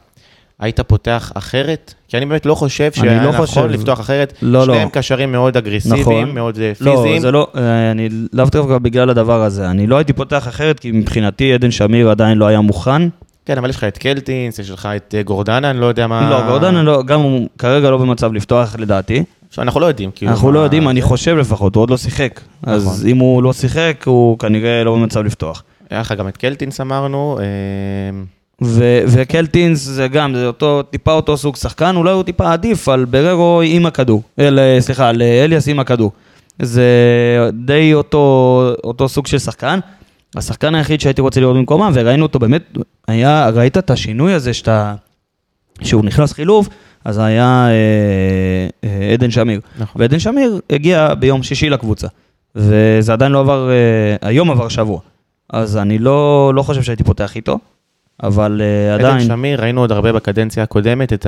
S3: היית פותח אחרת? כי אני באמת לא חושב
S2: אני
S3: שהיה
S2: לא
S3: נכון
S2: חושב.
S3: לפתוח אחרת.
S2: לא, לא.
S3: שניהם קשרים מאוד אגרסיביים,
S2: נכון.
S3: מאוד אה,
S2: לא,
S3: פיזיים.
S2: זה לא, אה, אני לאו דווקא בגלל הדבר הזה. אני לא הייתי פותח אחרת, כי מבחינתי עדן שמיר עדיין לא היה מוכן.
S3: כן, אבל יש לך את קלטינס, יש לך את אה, גורדנה, אני לא יודע מה...
S2: לא, גורדנה לא, גם הוא כרגע לא במצב לפתוח לדעתי.
S3: עכשיו, אנחנו לא יודעים, כאילו.
S2: אנחנו לא
S3: מה- נכון.
S2: יודעים, אני חושב לפחות, הוא עוד לא שיחק. אז אם הוא לא שיחק, הוא כנראה לא במצב לפתוח.
S3: היה לך גם את קלטינס אמרנו, אה,
S2: ו- וקלטינס זה גם, זה אותו, טיפה אותו סוג שחקן, אולי הוא טיפה עדיף על בררו עם הכדור. אל, סליחה, על אליאס עם הכדור. זה די אותו, אותו סוג של שחקן. השחקן היחיד שהייתי רוצה לראות במקומם, וראינו אותו באמת, היה, ראית את השינוי הזה שאתה... שהוא נכנס חילוף, אז היה אה, אה, עדן שמיר.
S3: נכון.
S2: ועדן שמיר הגיע ביום שישי לקבוצה, וזה עדיין לא עבר, אה, היום עבר שבוע. אז אני לא, לא חושב שהייתי פותח איתו, אבל אה, עדיין,
S3: עדן שמיר, ראינו עוד הרבה בקדנציה הקודמת את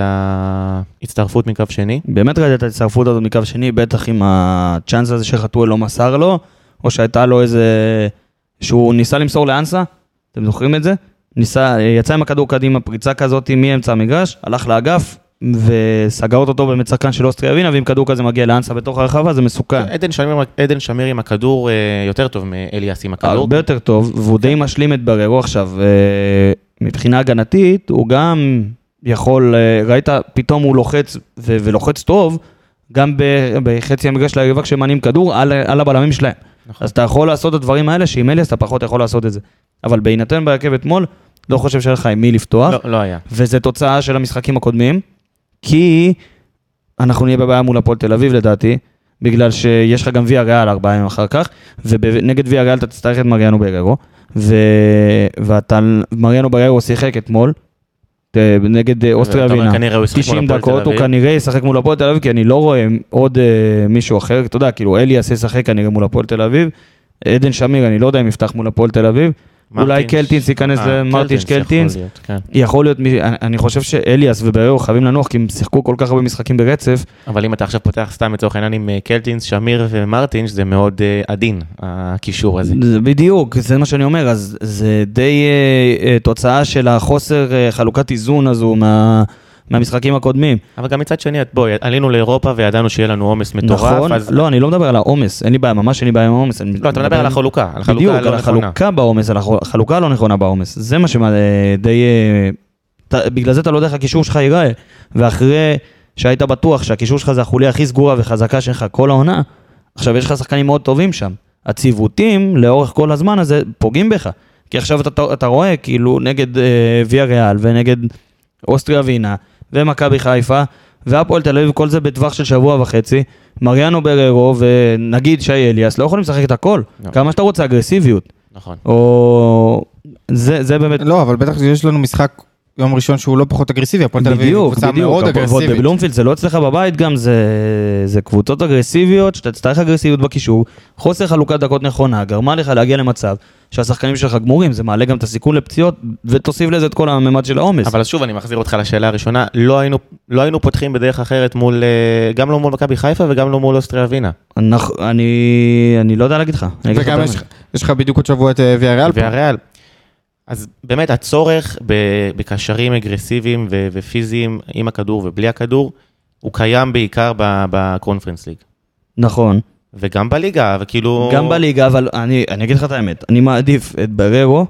S3: ההצטרפות מקו שני.
S2: באמת ראיתי את ההצטרפות הזאת מקו שני, בטח עם הצ'אנס הזה שחתואל לא מסר לו, או שהייתה לו איזה... שהוא ניסה למסור לאנסה, אתם זוכרים את זה? ניסה, יצא עם הכדור קדימה, פריצה כזאת מאמצע המגרש, הלך לאגף וסגר אותו טוב באמת שחקן של אוסטריה ווינה, ואם כדור כזה מגיע לאנסה בתוך הרחבה זה מסוכן.
S3: עדן שמיר, עדן שמיר עם הכדור אה, יותר טוב מאליאס עם הכדור.
S2: הרבה יותר טוב, והוא
S3: כן.
S2: די משלים את בררו עכשיו. אה, מבחינה הגנתית, הוא גם יכול, אה, ראית, פתאום הוא לוחץ, ו- ולוחץ טוב, גם ב- בחצי המגרש ליריבה כשמנים כדור, על, על הבלמים שלהם.
S3: נכון.
S2: אז אתה יכול לעשות את הדברים האלה, שעם אליאס אתה פחות יכול לעשות את זה. אבל בהינתן בהרכב אתמול, לא חושב שהיה לך עם מי לפתוח.
S3: לא, לא היה.
S2: וזה תוצאה של המשחקים הקודמים, כי אנחנו נהיה בבעיה מול הפועל תל אביב לדעתי, בגלל שיש לך גם ויה ריאל ארבעה ימים אחר כך, ונגד ויה ריאל אתה תצטרך את מריאנו בררו, ו... ואתה, מריאנו בררו שיחק אתמול, ת- נגד אה, אוסטריה
S3: ואתה אומר,
S2: ווינה.
S3: כנראה הוא ישחק מול
S2: 90
S3: הפועל תל
S2: דקות, הוא
S3: אביב.
S2: כנראה ישחק מול הפועל תל אביב, כי אני לא רואה עוד אה, מישהו אחר, אתה יודע, כאילו אליאס ישחק כנראה מול הפועל תל אביב, עדן שמיר, אני לא יודע אם יפתח מול הפועל תל אביב, אולי
S3: מרטינש.
S2: קלטינס ייכנס
S3: אה,
S2: למרטינש
S3: יכול
S2: קלטינס,
S3: להיות, כן.
S2: יכול להיות, מי- אני אני חושב שאליאס ובררו חייבים לנוח, כי הם שיחקו כל כך הרבה משחקים ברצף.
S3: אבל אם אתה עכשיו פותח סתם לצורך העניין עם אה, קלטינס, שמיר ומרטינש, זה מאוד אה, עדין, הקישור הזה.
S2: זה בדיוק, זה מה שאני אומר, אז זה די אה, אה, תוצאה של החוסר אה, חלוקת איזון הזו מה- מהמשחקים הקודמים.
S3: אבל גם מצד שני, את- בואי, עלינו לאירופה וידענו שיהיה לנו עומס מטורף,
S2: נכון?
S3: אז...
S2: לא, אני לא מדבר על העומס, אין לי בעיה, ממש אין לי בעיה עם העומס. אני
S3: לא, אתה מדבר על החלוקה, על
S2: בדיוק,
S3: החלוקה
S2: על
S3: הלא נכונה.
S2: החלוקה בעומס, על החו- החלוקה הלא נכונה בעומס. זה מה שדי... בגלל זה אה, אתה לא יודע איך הקישור שלך ייראה. ואחרי שהיית בטוח שהקישור שלך זה החוליה הכי סגורה וחזקה שלך כל העונה, עכשיו יש לך שחקנים מאוד טובים שם. הציוותים לאורך כל הזמן הזה פוגעים בך. כי עכשיו אתה, אתה רואה כאילו נגד אה, ויה ריאל ונגד אוסטריה ווינה ומכבי חיפה, והפועל תל אביב, כל זה בטווח של שבוע וחצי. מריאנו בררו ונגיד שי אליאס לא יכולים לשחק את הכל.
S3: לא.
S2: כמה שאתה רוצה, אגרסיביות.
S3: נכון.
S2: או... זה, זה באמת...
S1: לא, אבל בטח שיש לנו משחק יום ראשון שהוא לא פחות אגרסיבי, הפועל תל אביב היא
S2: בדיוק,
S1: קבוצה
S2: בדיוק,
S1: מאוד
S2: הפועל- ועוד
S1: אגרסיבית.
S2: בבלומפילד זה לא אצלך בבית גם, זה, זה קבוצות אגרסיביות, שאתה תצטרך אגרסיביות בקישור, חוסר חלוקת דקות נכונה, גרמה לך להגיע למצב שהשחקנים שלך גמורים, זה מעלה גם את הסיכון לפציעות, ותוסיף לזה את כל הממד של העומס.
S3: אבל אז שוב, אני מחזיר אותך לשאלה הראשונה, לא היינו, לא היינו פותחים בדרך אחרת מול, אה, גם לא מול מכבי חיפה וגם לא מול אוסטריה ווינה.
S2: אנחנו- אני, אני לא יודע להגיד לך. אני אגיד לך את
S1: וגם
S2: האמת.
S1: יש- יש לך בדיוק עוד שבוע את אה, ויאריאל. פה.
S3: והריאל. אז באמת הצורך ב- בקשרים אגרסיביים ו- ופיזיים עם הכדור ובלי הכדור, הוא קיים בעיקר ב- בקונפרנס ליג.
S2: נכון.
S3: וגם בליגה, וכאילו...
S2: גם בליגה, אבל אני, אני אגיד לך את האמת, אני מעדיף את בררו,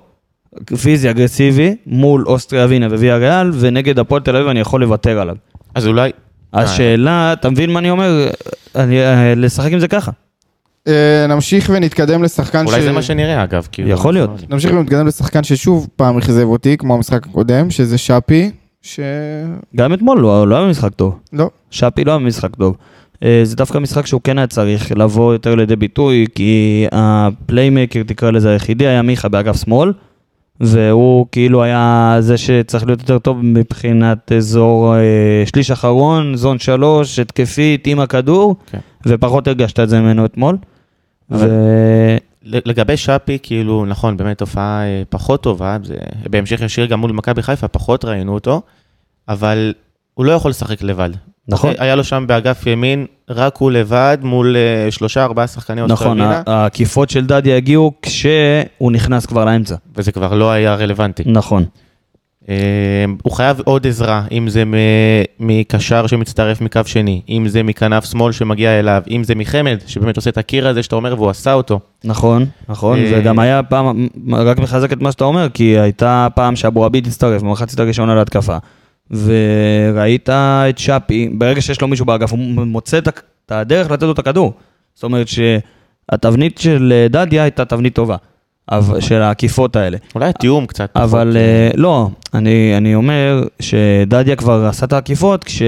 S2: פיזי אגרסיבי, מול אוסטריה ווינה וויה ריאל, ונגד הפועל תל אביב אני יכול לוותר עליו.
S3: אז אולי...
S2: השאלה, אתה מבין מה אני אומר? אני, אה, לשחק עם זה ככה.
S1: אה, נמשיך ונתקדם לשחקן
S3: אולי זה מה שנראה אגב, כאילו...
S2: יכול להיות.
S1: נמשיך ונתקדם לשחקן ששוב פעם אכזב אותי, כמו המשחק הקודם, שזה שפי, ש...
S2: גם אתמול לא, לא היה משחק טוב.
S1: לא.
S2: שפי לא היה משחק טוב. אה, זה דווקא משחק שהוא כן היה צריך לבוא יותר לידי ביטוי, כי הפליימקר, תקרא לזה היחידי, היה מיכה באגף שמאל, והוא כאילו היה זה שצריך להיות יותר טוב מבחינת אזור אה, שליש אחרון, זון שלוש, התקפית, עם הכדור,
S3: כן.
S2: ופחות הרגשת את זה ממנו אתמול.
S3: אבל-
S2: ו...
S3: לגבי שפי, כאילו, נכון, באמת תופעה אה, פחות טובה, זה בהמשך ישיר גם מול מכבי חיפה, פחות ראינו אותו, אבל הוא לא יכול לשחק לבד.
S2: נכון.
S3: היה לו שם באגף ימין, רק הוא לבד, מול אה, שלושה, ארבעה שחקני
S2: נכון,
S3: אוסטרווינה,
S2: העקיפות של דדיה הגיעו כשהוא נכנס כבר לאמצע.
S3: וזה כבר לא היה רלוונטי.
S2: נכון.
S3: אה, הוא חייב עוד עזרה, אם זה מ- מקשר שמצטרף מקו שני, אם זה מכנף שמאל שמגיע אליו, אם זה מחמד, שבאמת עושה את הקיר הזה שאתה אומר, והוא עשה אותו.
S2: נכון, נכון,
S3: אה,
S2: זה גם היה פעם, רק מחזק את מה שאתה אומר, כי הייתה פעם שאבו עביד הצטרף במחצית הראשונה להתקפה, וראית את שפי, ברגע שיש לו מישהו באגף, הוא מוצא את ה- את הדרך לתת לו את הכדור. זאת אומרת שהתבנית של אה, דדיה הייתה תבנית טובה, אבל- של העקיפות האלה.
S3: אולי התיאום קצת פחות.
S2: אבל אה, לא, אני, אני אומר שדדיה כבר עשה את העקיפות כש,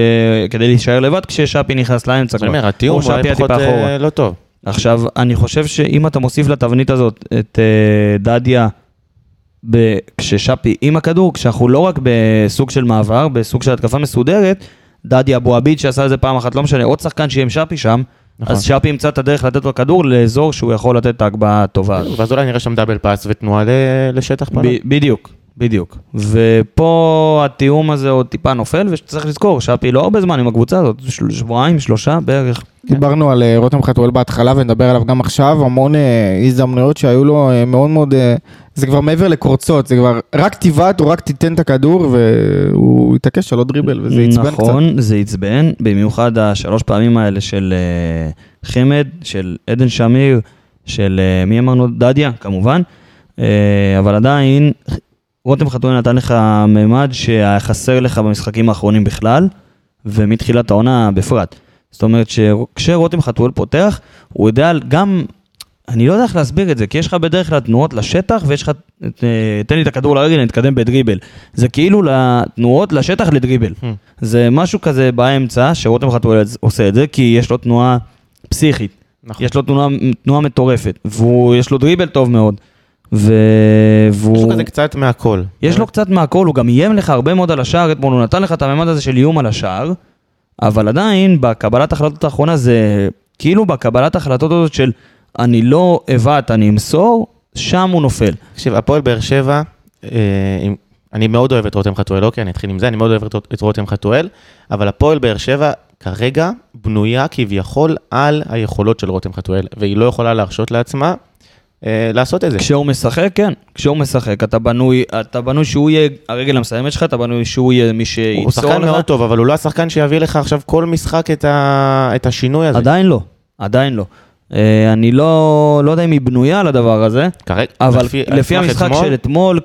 S2: כדי להישאר לבד כששאפי נכנס לאמצע
S3: אני
S2: כבר.
S3: אומר, התיאום
S2: או שפי
S3: אולי פחות
S2: הטיפה
S3: אה,
S2: אחורה.
S3: לא טוב.
S2: עכשיו, אני חושב שאם אתה מוסיף לתבנית הזאת את אה, דדיה ב- כששאפי עם הכדור, כשאנחנו לא רק בסוג של מעבר, בסוג של התקפה מסודרת, דדיה אבו עביד שעשה את זה פעם אחת, לא משנה, עוד שחקן שיהיה עם שפי שם,
S3: נכון.
S2: אז שפי ימצא את הדרך לתת לו כדור לאזור שהוא יכול לתת את ההגבהה הטובה. הזאת.
S3: ואז אולי נראה שם דאבל פאס ותנועה ל- לשטח פנוי.
S1: לא-
S2: ב- בדיוק, בדיוק. ופה התיאום הזה עוד טיפה נופל, וצריך לזכור, שפי לא הרבה זמן עם הקבוצה הזאת, של- שבועיים, שלושה בערך.
S1: דיברנו על אה, רותם חתואל בהתחלה ונדבר עליו גם עכשיו, המון אה, הזדמנויות שהיו לו אה, מאוד מאוד, אה, זה כבר מעבר לקורצות, זה כבר רק תבעט, הוא רק תיתן את הכדור והוא התעקש על עוד דריבל וזה עצבן קצת.
S2: נכון, זה עצבן, במיוחד השלוש פעמים האלה של אה, חמד, של עדן שמיר, של אה, מי אמרנו? דדיה, כמובן. אה, אבל עדיין, רותם חתואל נתן לך ממד שהיה חסר לך במשחקים האחרונים בכלל, ומתחילת העונה בפרט. זאת אומרת שכשרותם חתואל פותח, הוא יודע על- גם, אני לא יודע איך להסביר את זה, כי יש לך בדרך כלל תנועות לשטח ויש לך, אה, תן לי את הכדור לרגל, נתקדם בדריבל. זה כאילו לתנועות לשטח לדריבל.
S3: Hmm.
S2: זה משהו כזה באמצע, שרותם חתואל עושה את זה, כי יש לו תנועה פסיכית.
S3: נכון.
S2: יש לו תנועה, תנועה מטורפת, ויש לו דריבל טוב מאוד. ו...
S3: יש לו
S2: והוא...
S3: כזה קצת מהכל.
S2: יש לו קצת מהכל, הוא גם איים לך הרבה מאוד על השער אתמול, הוא נתן לך את הממד הזה של איום על השער, אבל עדיין בקבלת החלטות האחרונה זה כאילו בקבלת החלטות הזאת של אני לא אבעט, אני אמסור, שם הוא נופל.
S3: תקשיב, הפועל באר שבע, אה, עם- אני מאוד אוהב את רותם חתואל, אוקיי, אני אתחיל עם זה, אני מאוד אוהב את רות- את רותם חתואל, אבל הפועל באר שבע כרגע בנויה כביכול על היכולות של רותם חתואל, והיא לא יכולה להרשות לעצמה אה, לעשות את זה.
S2: כשהוא משחק, כן, כשהוא משחק, אתה בנוי, אתה בנוי שהוא יהיה הרגל המסיימת שלך, אתה בנוי שהוא יהיה מי שייצור לך.
S3: הוא שחקן מאוד טוב, אבל הוא לא השחקן שיביא לך עכשיו כל משחק את ה- את השינוי הזה.
S2: עדיין לא, עדיין לא. אה, אני לא, לא יודע אם היא בנויה על הדבר הזה,
S3: כרגע,
S2: אבל לפי,
S3: לפי- על
S2: לפי
S3: סמך
S2: המשחק
S3: אתמול,
S2: של אתמול,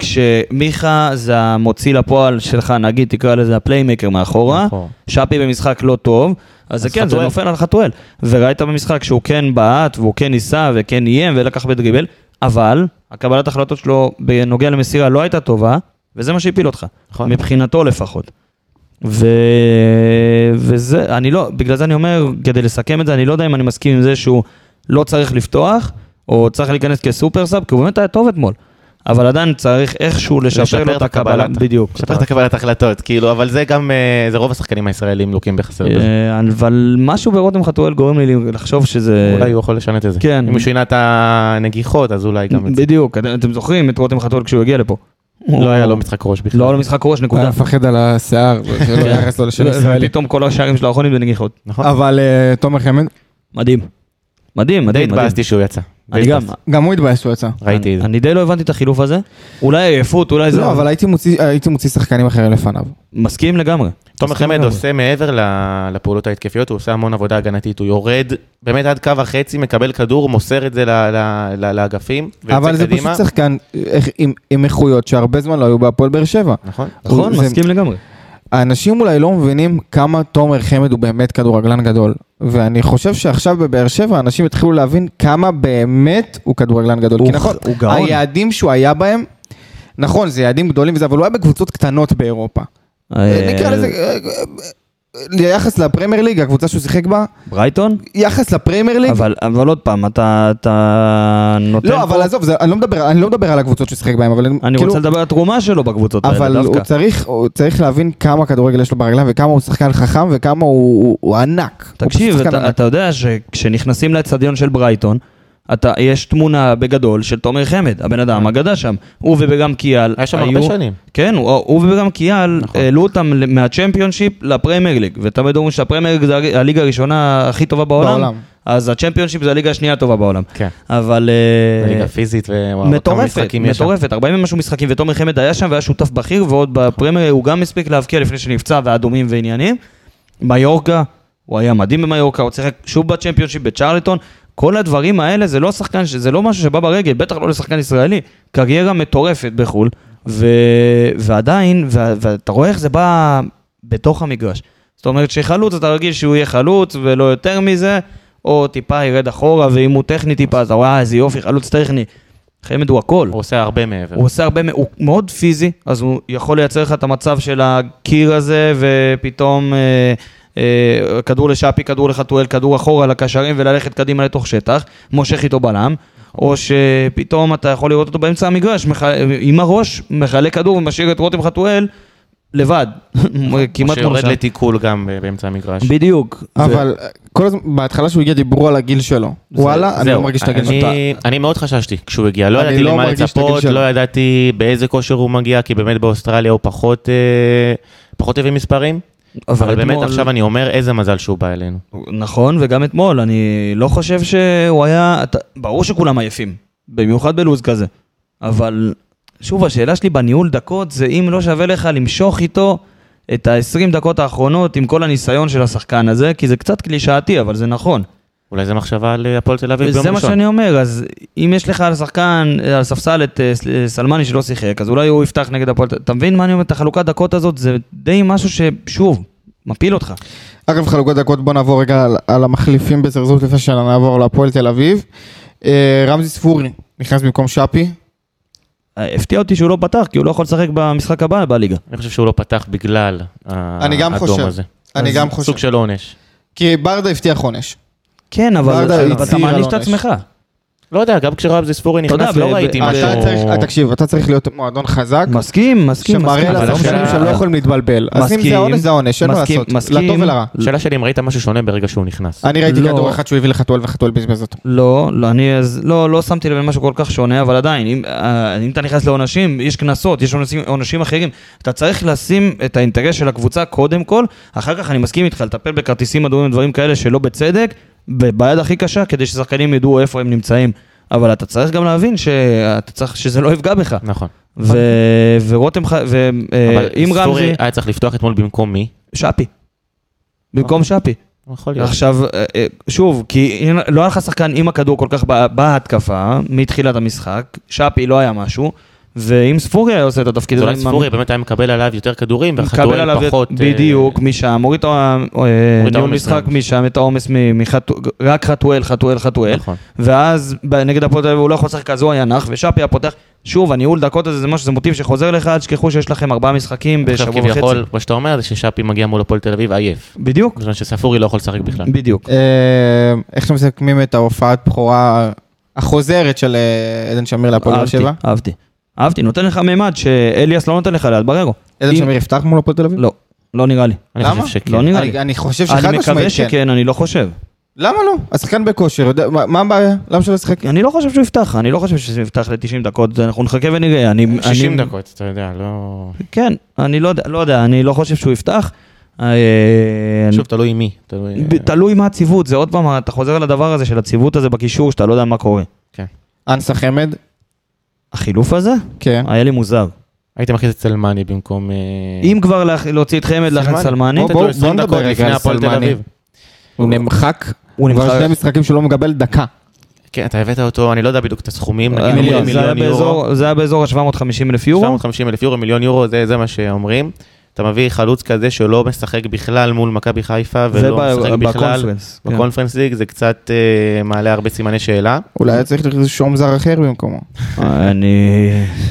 S2: כשמיכה זה המוציא לפועל שלך, נגיד, תקרא לזה הפליימקר מאחורה,
S3: מאחורה.
S2: שפי במשחק לא טוב, אז זה
S3: נכון.
S2: כן,
S3: אז
S2: זה
S3: חתואל.
S2: נופל על חתואל. וראית במשחק שהוא כן בעט, והוא כן ניסה, וכן איים, ולקח בדריבל, אבל הקבלת החלטות שלו בנוגע למסירה לא הייתה טובה, וזה מה שהפיל אותך,
S3: נכון.
S2: מבחינתו לפחות. ו... וזה, אני לא, בגלל זה אני אומר, כדי לסכם את זה, אני לא יודע אם אני מסכים עם זה שהוא לא צריך לפתוח, או צריך להיכנס כסופר סאב, כי הוא באמת היה טוב אתמול. אבל עדיין צריך איכשהו לשפר לו את אה, הקבלה, בדיוק.
S3: לשפר את הקבלת החלטות, כאילו, אבל זה גם, אה, זה רוב השחקנים הישראלים לוקים בחסר בזה.
S2: אה, אבל משהו ברותם חתואל גורם לי לחשוב שזה...
S3: אולי הוא יכול לשנות את זה.
S2: כן.
S3: אם הוא שינה את הנגיחות, אז אולי גם את זה.
S2: בדיוק, אתם אתם זוכרים את רותם חתואל כשהוא הגיע לפה.
S3: לא היה לו משחק אה, ראש בכלל.
S2: לא היה לו משחק ראש,
S1: הוא היה
S2: נקודה.
S1: מפחד על השיער, שלא
S2: כן.
S1: יחס לו לשם
S2: לא,
S1: ישראלי.
S2: פתאום כל השערים שלו האחרונים בנגיחות.
S3: נכון.
S1: אבל אה, תומר חמד,
S2: מדהים. מדהים, מדהים,
S3: די
S2: מדהים.
S3: התבאסתי שהוא יצא. די
S2: אני גם,
S3: התבאסתי.
S1: גם הוא התבאס שהוא יצא.
S3: ראיתי את זה.
S2: אני די לא הבנתי את החילוף הזה. אולי עייפות, אולי זה...
S1: לא, אבל הייתי מוציא- הייתי מוציא שחקנים אחרים לפניו.
S2: מסכים לגמרי.
S3: תומר
S1: מסכים
S3: חמד
S1: לגמרי.
S3: עושה מעבר ל- לפעולות ההתקפיות, הוא עושה המון עבודה הגנתית, הוא יורד באמת עד קו החצי, מקבל כדור, מוסר את זה ל- ל- ל- לאגפים, ויוצא
S1: אבל זה פשוט
S3: קדימה.
S1: שחקן אה, עם- עם איכויות שהרבה זמן לא היו בהפועל באר שבע.
S3: נכון.
S2: נכון,
S1: זה-
S2: מסכים לגמרי.
S1: האנשים אולי לא מבינים כמה תומר חמד הוא באמת כדורגלן גדול. ואני חושב שעכשיו בבאר שבע אנשים התחילו להבין כמה באמת הוא כדורגלן גדול.
S2: הוא
S1: כי נכון,
S2: ח- הוא גאון.
S1: היעדים שהוא היה בהם, נכון, זה יעדים גדולים וזה, אבל הוא היה בקבוצות קטנות באירופה.
S2: אה,
S1: נקרא לזה, אה, אה, ליחס לפרמייר ליג, הקבוצה שהוא שיחק בה,
S2: ברייטון?
S1: יחס לפרמייר ליג,
S2: אבל אבל עוד פעם, אתה אתה נותן...
S1: לא, אבל
S2: פה-
S1: עזוב, זה- אני לא מדבר- אני לא מדבר על הקבוצות שהוא שיחק בהן, אבל הם-
S2: אני
S1: כאילו-
S2: רוצה לדבר על התרומה שלו בקבוצות האלה
S1: אבל הוא
S2: דווקא.
S1: צריך, הוא צריך להבין כמה כדורגל יש לו ברגליים וכמה הוא שחקן חכם וכמה הוא, הוא, הוא ענק. הוא
S2: תקשיב,
S1: פשוט שחקן
S2: אתה,
S1: ענק.
S2: אתה יודע שכשנכנסים לאצטדיון של ברייטון, אתה, יש תמונה בגדול של תומר חמד, הבן
S1: כן.
S2: אדם, אגדה שם. הוא ובגם קיאל
S3: היה שם הרבה שנים.
S2: כן, הוא, הוא וגם קיאל
S3: נכון.
S2: אה, העלו אותם ל- מהצ'מפיונשיפ לפרמייר ליג. ותמיד אומרים שהפרמייר ליג זה הג- הליגה הראשונה הכי טובה בעולם.
S1: בעולם.
S2: אז הצ'מפיונשיפ זה הליגה השנייה הטובה בעולם.
S3: כן.
S2: אבל... אה,
S3: זה ליגה פיזית, ווואו, כמה
S2: מטורפת,
S3: משחקים יש שם.
S2: מטורפת, 40 ומשהו משחקים, ותומר חמד היה שם והיה שותף בכיר, ועוד בפרמייר הוא גם הספיק להבקיע לפני שנפצע, ואדומים ועניינים. מיורקה, הוא היה מדהים במיורקה, הוא שיחק שוב בצ'מפיונשיפ בצ'רלטון. כל הדברים האלה זה לא שחקן, ש- זה לא משהו שבא ברגל, בטח לא לשחקן ישראלי. קריירה מטורפת בחו"ל, ו... ועדיין, ו... ואתה רואה איך זה בא בתוך המגרש. זאת אומרת שחלוץ, אתה רגיל שהוא יהיה חלוץ ולא יותר מזה, או טיפה ירד אחורה, ואם הוא טכני טיפה, אז אתה רואה, "אה, איזה יופי, חלוץ טכני. חמד הוא הכל.
S3: הוא עושה הרבה מעבר.
S2: הוא עושה הרבה, מ- הוא מאוד פיזי, אז הוא יכול לייצר לך את המצב של הקיר הזה, ופתאום אה, אה, כדור לשאפי, כדור לחתואל, כדור אחורה לקשרים, וללכת קדימה לתוך שטח, מושך איתו בלם, או שפתאום אתה יכול לראות אותו באמצע המגרש, מח... עם הראש, מחלק כדור ומשאיר את רותם חתואל לבד,
S3: כמעט
S2: כמעט כמו
S3: שיורד
S2: לשם.
S3: לתיקול גם אה, באמצע המגרש.
S2: בדיוק.
S1: אבל אה, כל הזמן, בהתחלה שהוא הגיע דיברו על הגיל שלו. וואלה, אני
S3: זהו,
S1: לא מרגיש את הגיל שלו.
S3: אני- אני מאוד חששתי כשהוא הגיע, לא
S1: אני
S3: ידעתי
S1: לא
S3: למה
S1: מרגיש את הגיל
S3: לצפות,
S1: שלו.
S3: לא ידעתי באיזה כושר הוא מגיע, כי באמת באוסטרליה הוא פחות אה, פחות הביא מספרים. אבל באמת
S2: אתמול-
S3: עכשיו אני אומר איזה מזל שהוא בא אלינו.
S2: נכון, וגם אתמול, אני לא חושב שהוא היה... אתה, ברור שכולם עייפים, במיוחד בלוז כזה. אבל שוב, השאלה שלי בניהול דקות זה אם לא שווה לך למשוך איתו את ה-20 דקות האחרונות עם כל הניסיון של השחקן הזה, כי זה קצת קלישאתי, אבל זה נכון.
S3: אולי זו מחשבה על אה, הפועל תל אביב ביום
S2: זה מה
S3: ראשון.
S2: שאני אומר, אז אם יש לך על שחקן, על הספסל את אה, ס- אה, סלמני שלא שיחק, אז אולי הוא יפתח נגד הפועל... אתה מבין מה אני אומר? את החלוקת דקות הזאת זה די משהו ששוב, מפיל אותך.
S1: אגב, חלוקות דקות, בוא נעבור רגע על, על המחליפים בזרזות לפני שנעבור להפועל תל אביב. אה, רמזי ספורי נכנס במקום שפי.
S2: הפתיע אותי שהוא לא פתח, כי הוא לא יכול לשחק במשחק הבא בליגה.
S3: אני חושב שהוא לא פתח בגלל ה-
S1: אני גם
S3: האדום
S1: חושב.
S3: הזה.
S1: אני
S3: אז
S1: גם חושב.
S3: סוג של עונש.
S1: כי ברדה הבטיח עונש.
S2: כן, אבל
S1: ברדה
S2: אבל אתה
S1: הצהיר על
S2: מעניש את
S1: עונש.
S2: עצמך.
S3: לא יודע, גם כשרבזי ספורי
S2: אתה יודע,
S3: נכנס
S2: ב-
S3: לא
S2: ב-
S3: ראיתי
S2: אתה
S1: אתה צריך,
S3: משהו...
S1: אה, תקשיב, אתה צריך להיות מועדון חזק.
S2: מסכים, מסכים, מסכים.
S1: שמראה
S2: אבל לא
S1: לשחקנים
S2: משנה.
S1: שהם לא יכולים להתבלבל. אז אם
S2: מסכים,
S1: זה העונש, זה העונש, אין מה
S2: מסכים,
S1: לעשות.
S2: מסכים.
S1: לטוב ולרע.
S3: שאלה שלי אם ראית משהו שונה ברגע שהוא נכנס.
S1: אני ראיתי
S2: לא.
S1: כדור אחד שהוא הביא לחתואל וחתואל בזבז אותו.
S2: לא, לא, אני אז, לא, לא שמתי לב למשהו כל כך שונה, אבל עדיין, אם, אה, אם אתה נכנס לעונשים, יש קנסות, יש עונשים, עונשים אחרים. אתה צריך לשים את האינטרס של הקבוצה קודם כל, אחר כך אני מסכים איתך, לטפל בכרטיסים אדומים ודברים כאלה שלא בצדק, ב- ביד הכי קשה, כדי ששחקנים ידעו איפה הם נמצאים. אבל אתה צריך גם להבין שאתה צריך, שזה לא יפגע בך.
S3: נכון.
S2: ו... ורותם, ח... ו... אה,
S3: אבל
S2: אם
S3: ספורי
S2: רמזי,
S3: היה צריך לפתוח אתמול במקום מי?
S2: שפי. במקום שפי.
S3: יכול להיות.
S2: עכשיו, אה, אה, שוב, כי אין- לא היה לך שחקן עם הכדור כל כך בה- בהתקפה מתחילת המשחק, שפי לא היה משהו, ואם ספורי היה עושה את התפקיד,
S3: אז
S2: הזה,
S3: אולי
S2: כאילו, אני מאמין-
S3: ספורי באמת היה מקבל עליו יותר כדורים, ואחר
S2: מקבל עליו
S3: טוען פחות... אה,
S2: בדיוק משם, מוריד את ה- אה, ניהול
S3: העומס
S2: משחק
S3: מהם.
S2: משם, את העומס מ- מחתו- רק חתואל, חתואל, חתואל,
S3: נכון.
S2: ואז ב- נגד הפועל תל אביב הוא לא יכול לשחק אז הוא היה נח, ושאפי היה פותח, שוב, הניהול דקות הזה זה משהו, זה מוטיב שחוזר לך, אל תשכחו שיש לכם ארבעה משחקים
S3: עכשיו
S2: בשבוע וחצי.
S3: כביכול, מה שאתה אומר זה ששאפי מגיע מול הפועל תל אביב עייף.
S2: בדיוק,
S3: בזמן שספורי לא יכול לשחק בכלל.
S2: בדיוק.
S1: אה, איך אתם מסכמים את ההופעת בכורה החוזרת של אה, עדן שמיר להפועל באר
S2: אהבתי,
S1: שבע?
S2: אהבתי. אהבתי, נותן לך מימד שאליאס לא נותן לך ליד בררו.
S1: עדן
S2: אם-
S1: שמיר יפתח מול הפועל תל אביב?
S2: לא, לא נראה לי.
S3: אני
S1: למה?
S3: חושב שכן.
S2: לא נראה
S1: אני-
S2: לי.
S1: אני חושב שחד
S2: אני מקווה
S1: משמעית כן.
S2: שכן, אני לא חושב.
S1: למה לא? השחקן בכושר, יודע- מה מה הבעיה? למה שלא ישחק?
S2: אני לא חושב שהוא יפתח, אני לא חושב שזה יפתח ל-90 דקות, אנחנו נחכה ונראה. אני,
S3: 60
S2: אני,
S3: דקות, אתה יודע, לא...
S2: כן, אני לא יודע, לא יודע, אני לא חושב שהוא יפתח. אה,
S3: שוב, תלוי מי. תלוי...
S2: ב- תלוי מה הציוות, זה עוד פעם, אתה חוזר לדבר הזה של הציוות הזה בקישור, שאתה לא יודע מה קורה.
S3: כן.
S1: אנס חמד?
S2: החילוף הזה,
S1: כן.
S2: היה לי מוזר.
S3: היית מכניס את סלמני במקום... אה,
S2: אם כבר לה- להוציא את חמד, להכניס סלמני,
S1: בוא,
S3: לתת
S1: בוא,
S3: לו 20
S1: בוא נדבר
S3: דקות
S1: רגע
S3: לפני
S1: על
S3: הפועל תל
S1: סלמני.
S3: אביב.
S1: הוא נמחק?
S2: הוא
S1: כבר
S2: נמחק.
S1: שני משחקים שהוא לא מקבל דקה.
S3: כן, אתה הבאת אותו, אני לא יודע בדיוק את הסכומים, נגיד
S2: אה, אני-
S3: מיליון
S2: זה היה
S3: מיליון יורו.
S2: באזור- זה היה באזור ה-750 אלף יורו.
S3: 750 אלף יורו, מיליון יורו, זה זה מה שאומרים. אתה מביא חלוץ כזה שלא משחק בכלל מול מכבי חיפה,
S2: זה
S3: ולא
S2: ב-
S3: משחק בכלל.
S2: בקונפרנס. כן.
S3: בקונפרנס ליג זה קצת אה, מעלה הרבה סימני שאלה.
S1: אולי היה צריך לראות שום זר אחר במקומו.
S2: כן. אה, אני...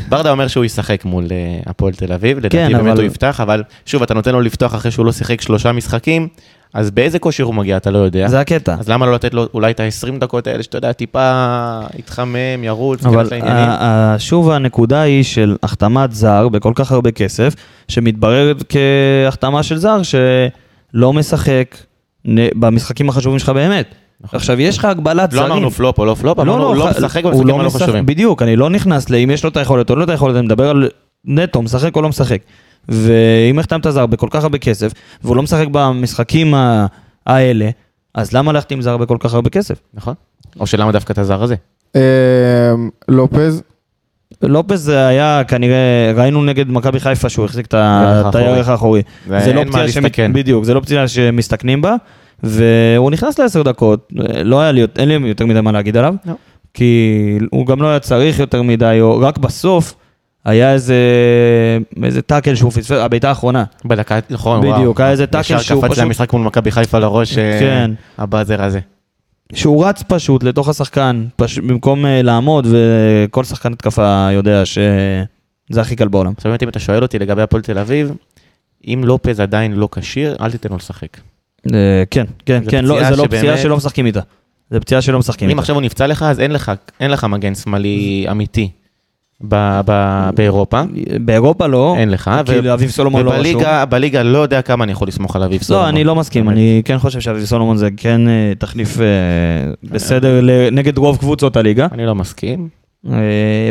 S3: ברדה אומר שהוא ישחק מול אה, הפועל תל אביב,
S2: כן,
S3: לדעתי באמת
S2: אבל-
S3: הוא יפתח, אבל שוב, אתה נותן לו לפתוח אחרי שהוא לא שיחק שלושה משחקים, אז באיזה כושר הוא מגיע, אתה לא יודע.
S2: זה הקטע.
S3: אז למה לא לתת לו אולי את ה-20 דקות האלה, שאתה יודע, טיפה יתחמם, ירוץ,
S2: אבל אה,
S3: ייכנס לעניינים.
S2: ה- ה- שוב הנקודה היא של החתמת זר בכל כך הרבה כסף, שמתבררת כהחתמה של זר שלא משחק נ- במשחקים החשובים שלך באמת. עכשיו, יש לך הגבלת
S3: נכון. לא
S2: זרים.
S3: אמרנו פלופ או לא פלופ, אמרנו הוא לא
S2: ח-
S3: משחק
S2: הוא
S3: במשחקים הלא
S2: משחק-
S3: חשובים.
S2: בדיוק, אני לא נכנס לאם יש לו את היכולת או לא את היכולת, אני מדבר על נטו, משחק או לא משחק. ואם החתמת זר בכל כך הרבה כסף, והוא לא משחק במשחקים ה- האלה, אז למה להחתים זר בכל כך הרבה כסף?
S3: נכון. או שלמה דווקא את הזר הזה?
S1: אה, לופז?
S2: לופז זה לא היה כנראה, ראינו נגד מכבי חיפה שהוא החזיק את ה-
S3: הירך
S2: את הירך האחורי.
S3: זה
S2: זה לא
S3: אין מה
S2: פציעה
S3: להסתכן.
S2: שמ... בדיוק, זה לא פציעה שמסתכנים בה, והוא נכנס לעשר דקות, לא היה לי, אין לי יותר מדי מה להגיד עליו,
S3: לא.
S2: כי הוא גם לא היה צריך יותר מדי, או רק בסוף היה איזה, איזה טאקל שהוא פספס, הבעיטה האחרונה.
S3: בדקה, נכון, וואו.
S2: בדיוק, היה איזה טאקל שהוא
S3: ישר קפץ
S2: פשוט-
S3: למשחק מול מכבי חיפה לראש, אה,
S2: כן.
S3: הבאזר הזה.
S2: שהוא רץ פשוט לתוך השחקן, פש... במקום אה, לעמוד, וכל שחקן התקפה יודע שזה הכי קל בעולם.
S3: עכשיו באמת אם אתה שואל אותי לגבי הפועל תל אביב, אם לופז עדיין לא כשיר, אל תיתן לו לשחק.
S2: אה, כן, כן,
S3: זה
S2: כן, לא,
S3: פציעה
S2: זה לא
S3: שבאמת-
S2: פציעה שלא משחקים איתה. זה פציעה שלא משחקים
S3: אם
S2: איתה.
S3: עכשיו הוא נפצע לך, אז אין לך- אין לך מגן שמאלי אמיתי ב- ב- באירופה.
S2: באירופה לא.
S3: אין לך,
S2: כי אביב סולומון לא רשום.
S3: ובליגה, בליגה לא יודע כמה אני יכול לסמוך על אביב סולומון.
S2: לא, אני לא מסכים,
S3: באמת.
S2: אני כן חושב שאביב סולומון זה כן אה, תחליף אה, בסדר ל- נגד רוב קבוצות הליגה,
S3: אני לא מסכים.
S2: אה,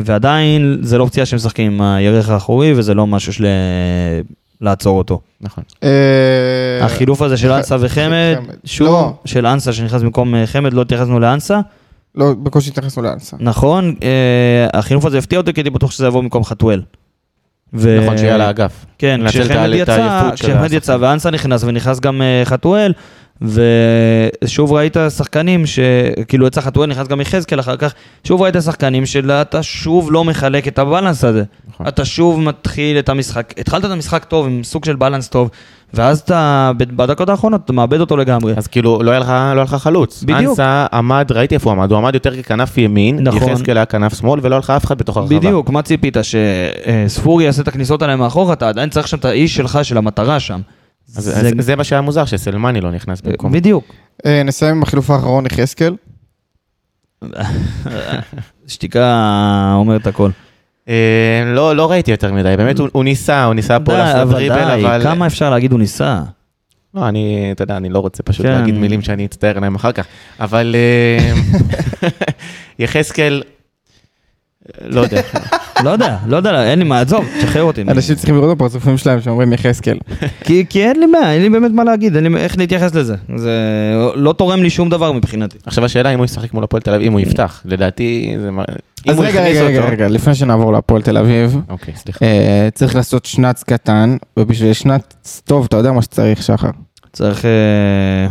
S2: ועדיין זה לא פציעה שמשחקים עם הירך האחורי וזה לא משהו של לעצור אותו.
S3: נכון.
S1: אה,
S2: החילוף הזה של
S1: ח-
S2: אנסה וחמד,
S1: חמד.
S2: שוב,
S1: לא.
S2: של אנסה שנכנס במקום אה, חמד, לא התייחסנו לאנסה,
S1: לא, בקושי התייחסנו לאנסה.
S2: נכון, אה, החילוף הזה הפתיע אותי כי הייתי בטוח שזה יבוא במקום חתואל. ו-
S3: נכון, שיהיה על האגף.
S2: כן,
S3: לנצל את ה-
S2: כשחמד
S3: את
S2: יצא,
S3: העייפות של
S2: כשחמד
S3: השחקן.
S2: יצא ואנסה נכנס ונכנס גם אה, חתואל, ושוב ראית שחקנים ש... כאילו יצא חתואל, נכנס גם יחזקאל אחר כך, שוב ראית שחקנים שאתה שוב לא מחלק את הבלנס הזה.
S3: נכון.
S2: אתה שוב מתחיל את המשחק, התחלת את המשחק טוב עם סוג של בלנס טוב, ואז אתה בד- בדקות האחרונות אתה מאבד אותו לגמרי.
S3: אז כאילו, לא היה לך, לא היה לך חלוץ.
S2: בדיוק.
S3: אנסה עמד, ראיתי איפה הוא עמד, הוא עמד יותר ככנף ימין,
S2: נכון.
S3: יחזקאל היה כנף שמאל, ולא היה לך אף אחד בתוך הרחבה.
S2: בדיוק, מה ציפית? שספורי יעשה את הכניסות עליהם מאחורה, אתה עדיין צריך שם את האיש שלך, של המטרה שם.
S3: אז אז זה מה שהיה מוזר, שסלמני לא נכנס במקום.
S2: בדיוק.
S1: אה, נסיים עם החילוף האחרון, יחזקאל.
S2: שתיקה אומרת הכל.
S3: אה, לא לא ראיתי יותר מדי, באמת הוא- הוא ניסה, הוא ניסה פה
S2: די,
S3: לעשות
S2: אבל
S3: דריבל,
S2: די,
S3: אבל...
S2: כמה אפשר להגיד הוא ניסה?
S3: לא, אני, אתה יודע, אני לא רוצה פשוט
S2: כן.
S3: להגיד מילים שאני אצטער עליהם אחר כך, אבל אה, יחזקאל, לא יודע,
S2: לא יודע, לא יודע, אין לי מה, עזוב, תשחרר אותי.
S1: אנשים צריכים לראות את הפרצופים שלהם שאומרים יחזקאל.
S2: כי כי אין לי מה, אין לי באמת מה להגיד, אין לי איך להתייחס לזה. זה לא תורם לי שום דבר מבחינתי.
S3: עכשיו השאלה אם הוא ישחק מול הפועל תל אביב, אם הוא יפתח, לדעתי זה... מה- אם
S1: אז
S3: הוא
S1: רגע,
S3: יכניס
S1: רגע, רגע,
S3: אותו-
S1: רגע, לפני שנעבור להפועל תל אביב,
S3: אוקיי, סליחה.
S1: אה, צריך לעשות שנץ קטן, ובשביל שנץ טוב, אתה יודע מה שצריך, שחר.
S2: צריך אה,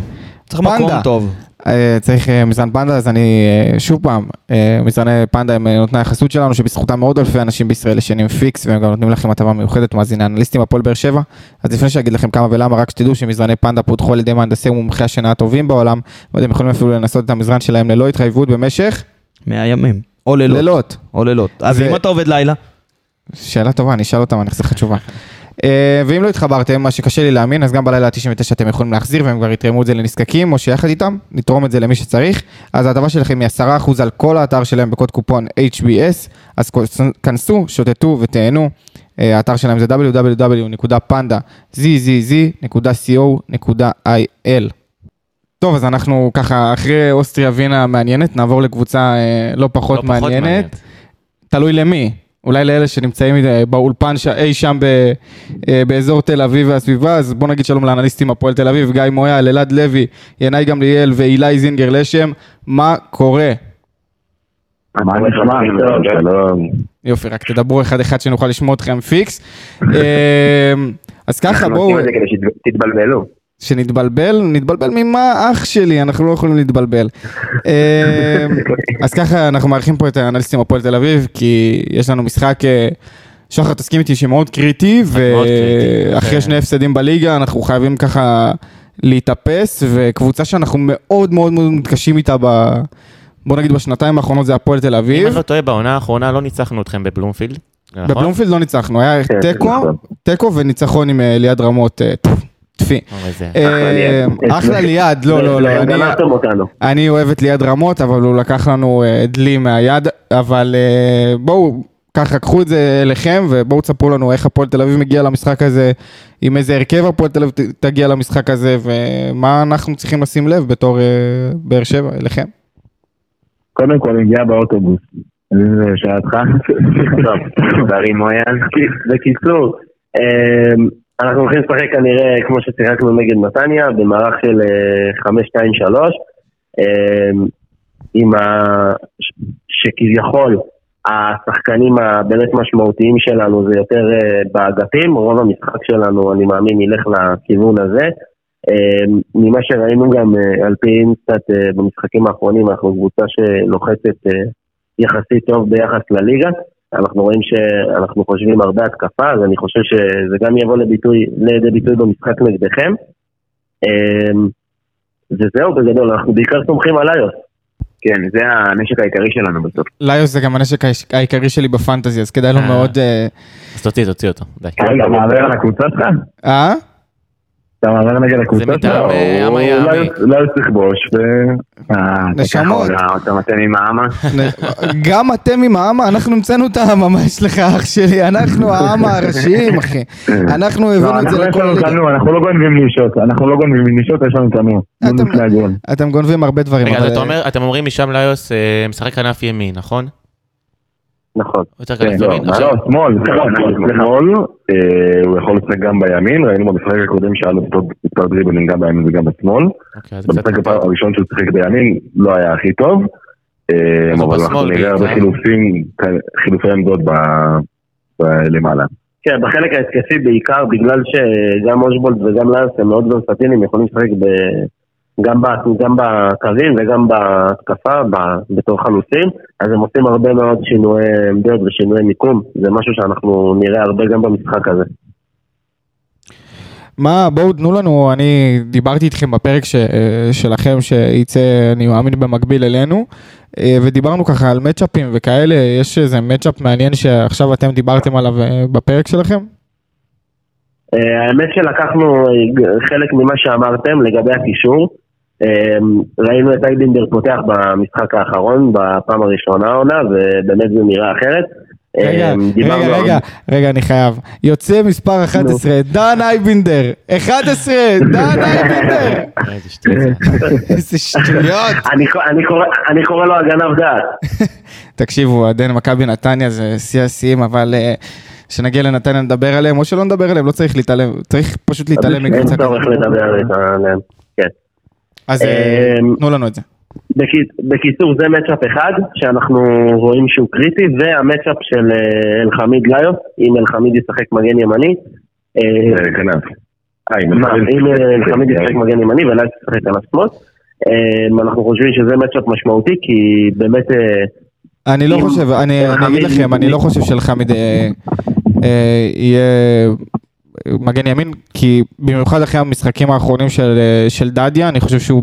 S2: צריך מקום
S1: פנדה.
S2: טוב.
S1: אה, צריך אה, מזרן פנדה, אז אני אה, שוב פעם, אה, מזרני פנדה הם אה, נותני החסות שלנו, שבזכותם מאוד אלפי אנשים בישראל ישנים פיקס, והם גם נותנים לכם הטבה מיוחדת, מאזיני אנליסטים הפועל באר שבע. אז לפני שאגיד לכם כמה ולמה, רק שתדעו שמזרני פנדה פותחו על ידי מהנדסי ומומחי השינה הטובים בעולם, ואתם יכולים אפילו לנסות את המזרן שלהם ללא התחייבות במשך
S2: 100 ימים. או לילות.
S1: לילות.
S2: או לילות. אז
S1: ו-
S2: אם אתה עובד לילה,
S1: שאלה טובה, אני אשאל אותם, אני אחזיר לך תשובה. אה, ואם לא התחברתם, מה שקשה לי להאמין, אז גם בלילה ה-99 אתם יכולים להחזיר, והם כבר יתרמו את זה לנזקקים, או שיחד איתם, נתרום את זה למי שצריך. אז ההטבה שלכם היא 10% על כל האתר שלהם בקוד קופון HBS, אז כנסו, שוטטו ותהנו. אה, האתר שלהם זה www.panda.zzz.co.il. טוב, אז אנחנו ככה, אחרי אוסטריה ווינה מעניינת, נעבור לקבוצה אה, לא פחות
S3: לא פחות מעניין.
S1: מעניינת. תלוי למי. אולי לאלה שנמצאים אה, באולפן ש... אי שם ב... אה, באזור תל אביב והסביבה, אז בוא נגיד שלום לאנליסטים הפועל תל אביב, גיא מויאל, אלעד לוי, ינאי גמליאל ואילי זינגר לשם, מה קורה?
S6: מה נשמע? שלום.
S1: יופי, רק תדברו אחד-אחד שנוכל לשמוע אתכם פיקס. אה, אז ככה,
S6: אנחנו
S1: בואו,
S6: עושים את זה כדי שתתבלבלו.
S1: שנתבלבל, נתבלבל ממה אח שלי, אנחנו לא יכולים להתבלבל. אה, אז ככה אנחנו מארחים פה את האנליסטים הפועל תל אביב, כי יש לנו משחק, אה, שחר תסכים איתי שמאוד קריטי,
S3: מאוד קריטי. כן.
S1: ואחרי שני הפסדים בליגה אנחנו חייבים ככה להתאפס, וקבוצה שאנחנו מאוד מאוד מאוד מתקשים איתה ב... בוא נגיד בשנתיים האחרונות זה הפועל תל
S3: אם
S1: אביב.
S3: אני לא טועה, בעונה האחרונה לא ניצחנו אתכם בבלומפילד. נכון?
S1: בבלומפילד לא ניצחנו, היה
S6: כן,
S1: תיקו,
S6: נכון.
S1: תיקו וניצחון עם אה, ליעד רמות, אה, טפו, טפי.
S3: אבל זה-
S6: אחלה
S1: אה,
S6: ליעד.
S1: אחלה ליעד, לא, לא, לא,
S6: אתם
S1: אני-
S6: גנבתם אותנו.
S1: אני אוהב את ליעד רמות, אבל הוא לקח לנו אה, דלי מהיד, אבל אה, בואו, ככה, קחו את זה אליכם, ובואו תספרו לנו איך הפועל תל אביב מגיע למשחק הזה, עם איזה הרכב הפועל תל אביב ת- תגיע למשחק הזה, ומה אנחנו צריכים לשים לב בתור אה, באר שבע, אליכם.
S7: קודם כל, הגיעה באוטובוס. זה שאלתך?
S6: טוב, תארי מויאן. בקיצור, אמ, אנחנו הולכים לשחק כנראה כמו ששיחקנו נגד נתניה, במערך של אה, 5-2-3, אמ, עם ה... ש- שכביכול השחקנים הבאמת משמעותיים שלנו זה יותר אה, באגפים, רוב המשחק שלנו אני מאמין ילך לכיוון הזה. אמ, ממה שראינו גם אה, על פי אינסטאט אה, במשחקים האחרונים, אנחנו קבוצה שלוחצת אה, יחסית טוב ביחס לליגה. אנחנו רואים שאנחנו חושבים הרבה התקפה, אז אני חושב שזה גם יבוא לביטוי, לידי ביטוי במשחק נגדכם. אמ, וזהו, בגדול, אנחנו בעיקר סומכים על איוס.
S7: כן, זה הנשק העיקרי שלנו בסוף.
S1: ליוס זה גם הנשק העש- העיקרי שלי בפנטזי, אז כדאי לו
S3: אה.
S1: מאוד... אה,
S3: אז תוציא, תוציא אותו. די.
S6: כן,
S7: אתה מעבר על הקבוצה שלך?
S1: אה?
S7: אתה מעבר נגד הקבוצה שלך?
S3: מטעם, אה,
S7: הוא
S3: עם היער.
S7: לא- לא יוצא לכבוש, ו... אה, אתה
S1: נשמות.
S7: ככה עולה, אתה מתן עם העמה.
S1: נ- גם אתם עם העם, אנחנו המצאנו את העם, ממש לך אח שלי, אנחנו העם הראשיים, אחי. אנחנו
S7: לא,
S1: הבאנו את זה
S7: אנחנו יש
S1: לכל
S7: לנו
S1: הליגה.
S7: תנוע, אנחנו לא גונבים לישות, אנחנו לא גונבים לישות, יש לנו תנוע.
S1: אתם-
S7: מול לפני הגול.
S1: אתם גונבים הרבה דברים.
S3: רגע, אז
S1: אבל- אה,
S3: אתה אומר- אתם אומרים משם ליוס אה, משחק כנף ימין, נכון?
S6: נכון.
S3: הוא יותר
S7: כן,
S3: כנף ימין.
S7: לא,
S3: עכשיו-
S7: לא, שמאל,
S8: סליחה,
S7: שמאל,
S8: אנחנו
S7: סליחה.
S8: אתמול, נכון, אה, הוא יכול לשחק גם בימין, ראינו במשחק הקודם שהיה לו מספר- מספר דריבלים גם בימין וגם בשמאל.
S3: אוקיי, אז זה קצת-
S8: במשחק הפעם הראשון שהוא שיחק בימין לא היה הכי טוב, אה,
S3: אז הוא
S8: אבל אנחנו
S3: בשמאל כן.
S8: נראה
S3: בעיקר.
S8: הרבה חילופים, כ- חילופי עמדות ב- ב- למעלה.
S6: כן, בחלק ההתקפי בעיקר, בגלל שגם אושבולד וגם ליוס הם מאוד ורסטיליים, יכולים לשחק ב... גם, ב... גם בקווים וגם בהתקפה, ב... בתור חלוצים, אז הם עושים הרבה מאוד שינויי עמדות ושינויי מיקום, זה משהו שאנחנו נראה הרבה גם במשחק הזה.
S1: מה, בואו תנו לנו, אני דיברתי איתכם בפרק ש, אה, שלכם שייצא, אני מאמין, במקביל אלינו, אה, ודיברנו ככה על מצ'אפים וכאלה, יש איזה מצ'אפ מעניין שעכשיו אתם דיברתם עליו אה, בפרק שלכם?
S6: אה, האמת שלקחנו אה, ג- חלק ממה שאמרתם לגבי הקישור. אה, ראינו את אייבינדר פותח במשחק האחרון, בפעם הראשונה העונה, ובאמת זה נראה אחרת.
S1: רגע,
S6: אה,
S1: רגע,
S6: דיברנו על-
S1: רגע, רגע, אני חייב. יוצא מספר 11, דן אייבינדר, 11, דן אייבינדר!
S3: איזה שטות זה.
S1: איזה שטויות.
S6: אני קור- אני קורא- אני קורא לו הגנב דעת.
S1: תקשיבו, אוהדי מכבי נתניה זה שיא השיאים, אבל אה, כשנגיע לנתניה נדבר עליהם, או שלא נדבר עליהם, לא צריך להתעלם, צריך פשוט להתעלם
S6: אין
S1: מקבוצה כזאת.
S6: צורך לדבר איתה עליהם. כן.
S1: אז אה,
S6: אמ,
S1: תנו לנו את זה.
S6: בקיצ- בקיצור, זה מצ'אפ אחד שאנחנו רואים שהוא קריטי, והמצ'אפ של אה, אלחמיד ליוס, אם אלחמיד ישחק מגן ימני. אה,
S8: אה, כנף. אה, אם
S6: מה,
S8: אלחמיד- אה,
S6: אם אה, אלחמיד ישחק מגן ימני ולא ישחק על השמאל. אה, אנחנו חושבים שזה מצ'אפ משמעותי, כי באמת... אה,
S1: אני לא
S6: אם-
S1: חושב, אני אני אגיד
S6: חמיד-
S1: לכם, אני לא חושב שלחמיד אה, אה, יהיה מגן ימין, כי במיוחד אחרי המשחקים האחרונים של, אה, של דדיה, אני חושב שהוא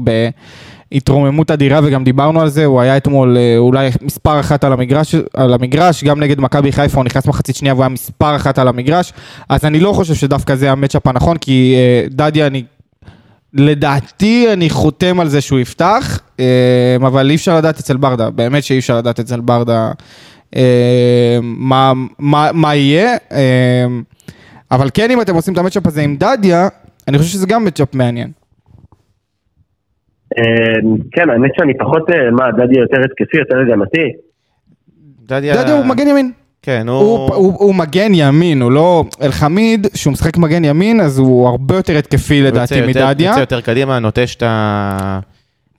S1: בהתרוממות אדירה, וגם דיברנו על זה, הוא היה אתמול אה, אולי מספר אחת על המגרש, על המגרש גם נגד מכבי חיפה הוא נכנס מחצית שנייה והוא היה מספר אחת על המגרש, אז אני לא חושב שדווקא זה המצ'אפ הנכון, כי אה, דדיה אני לדעתי אני חותם על זה שהוא יפתח, אמ, אבל אי אפשר לדעת אצל ברדה, באמת שאי אפשר לדעת אצל ברדה אמ, מה, מה, מה יהיה. אמ, אבל כן, אם אתם עושים את המצ'אפ הזה עם דדיה, אני חושב שזה גם מצ'אפ מעניין.
S6: אה, כן, האמת שאני פחות, אה, מה, דדי יותר התקפי, יותר הגנתי?
S3: דדיה,
S1: דדיה הוא מגן ימין.
S3: כן, הוא...
S1: הוא, הוא, הוא מגן ימין, הוא לא... אלחמיד, שהוא משחק מגן ימין, אז הוא הרבה יותר התקפי
S3: הוא יוצא
S1: לדעתי
S3: יותר-
S1: מדדיה.
S3: יוצא יותר קדימה, נוטש את ה-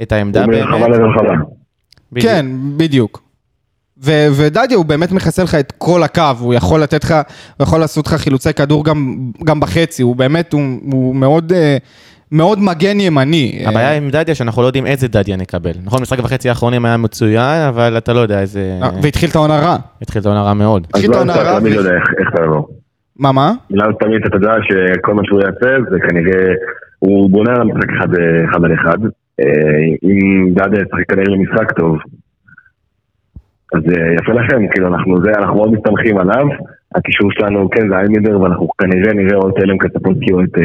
S3: את העמדה
S8: הוא מרחבה
S3: באמת.
S8: לרחבה.
S3: בדיוק.
S1: כן, בדיוק. ו- ודדיה הוא באמת מכסה לך את כל הקו, הוא יכול לתת לך, הוא יכול לעשות לך חילוצי כדור גם, גם בחצי, הוא באמת, הוא, הוא מאוד, אה, מאוד מגן ימני.
S3: הבעיה
S1: אה,
S3: עם דדיה שאנחנו לא יודעים איזה דדיה נקבל. נכון, משחק וחצי האחרונים היה מצוין, אבל אתה לא יודע איזה...
S1: אה, והתחיל את העונה רע.
S3: התחיל את העונה רע מאוד.
S8: אז
S1: התחיל את
S8: לא
S1: העונה
S8: אתה
S1: רע.
S8: תמיד
S1: ו-
S8: יודע איך- איך תעבור.
S1: מה, מה?
S8: לאו תמיד אתה יודע שכל מה שהוא יעשה זה כנראה, הוא בונה על המשחק אחד, אה, אחד על אחד. אה, אם דאדה ישחק כנראה משחק טוב, אז אה, יפה לכם, כאילו אנחנו זה, אנחנו מאוד מסתמכים עליו. הקישור שלנו, כן, זה איימדר, ואנחנו כנראה נראה או את אלם קטפולקי או את אה,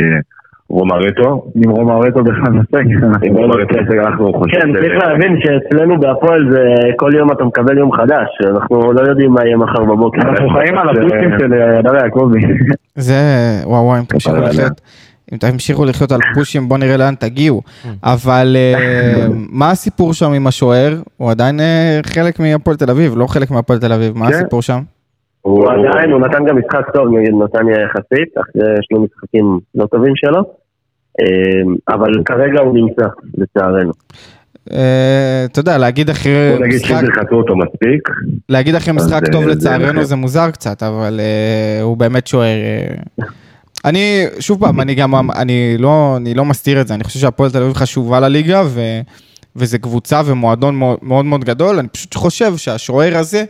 S8: רומרטו.
S7: עם רומאורטו בכלל נשחק. אנחנו
S8: אם רומרטו יעשה, אנחנו חושבים...
S6: כן,
S8: ש-
S6: צריך להבין שאצלנו בהפועל זה כל יום אתה מקבל יום חדש, אנחנו לא יודעים מה יהיה מחר בבוקר.
S8: אנחנו
S7: חיים על הפוסטים של אה, הדר יעקבי.
S1: זה, וואו וואו, אם תמשיכו
S8: אבל-
S1: לחיות, אם תמשיכו לחיות על פושים, בואו נראה לאן תגיעו.
S3: כן.
S1: אבל אה, מה הסיפור שם עם השוער? הוא עדיין אה, חלק מהפועל תל אביב, לא חלק מהפועל תל אביב, מה
S8: כן.
S1: הסיפור שם?
S8: הוא-
S6: הוא עדיין, הוא נתן גם משחק טוב נגד נתניה יחסית, אה, אחרי שני משחקים לא טובים שלו, אה, אבל כרגע הוא נמצא, לצערנו.
S1: אה, אתה יודע, להגיד אחרי
S8: בוא נגיד
S1: אה, משחק...
S8: שזה חטאו אותו מספיק.
S1: להגיד אחרי
S8: אז,
S1: משחק
S8: אה,
S1: טוב
S8: זה
S1: לצערנו
S8: נכון.
S1: זה מוזר קצת, אבל אה, הוא באמת שוער. אה. אני, שוב פעם, אני גם, אני לא, אני לא מסתיר את זה, אני חושב שהפועל תל אביב חשובה לליגה, ו, וזה קבוצה ומועדון מאוד מאוד, מאוד גדול, אני פשוט חושב שהשוער הזה,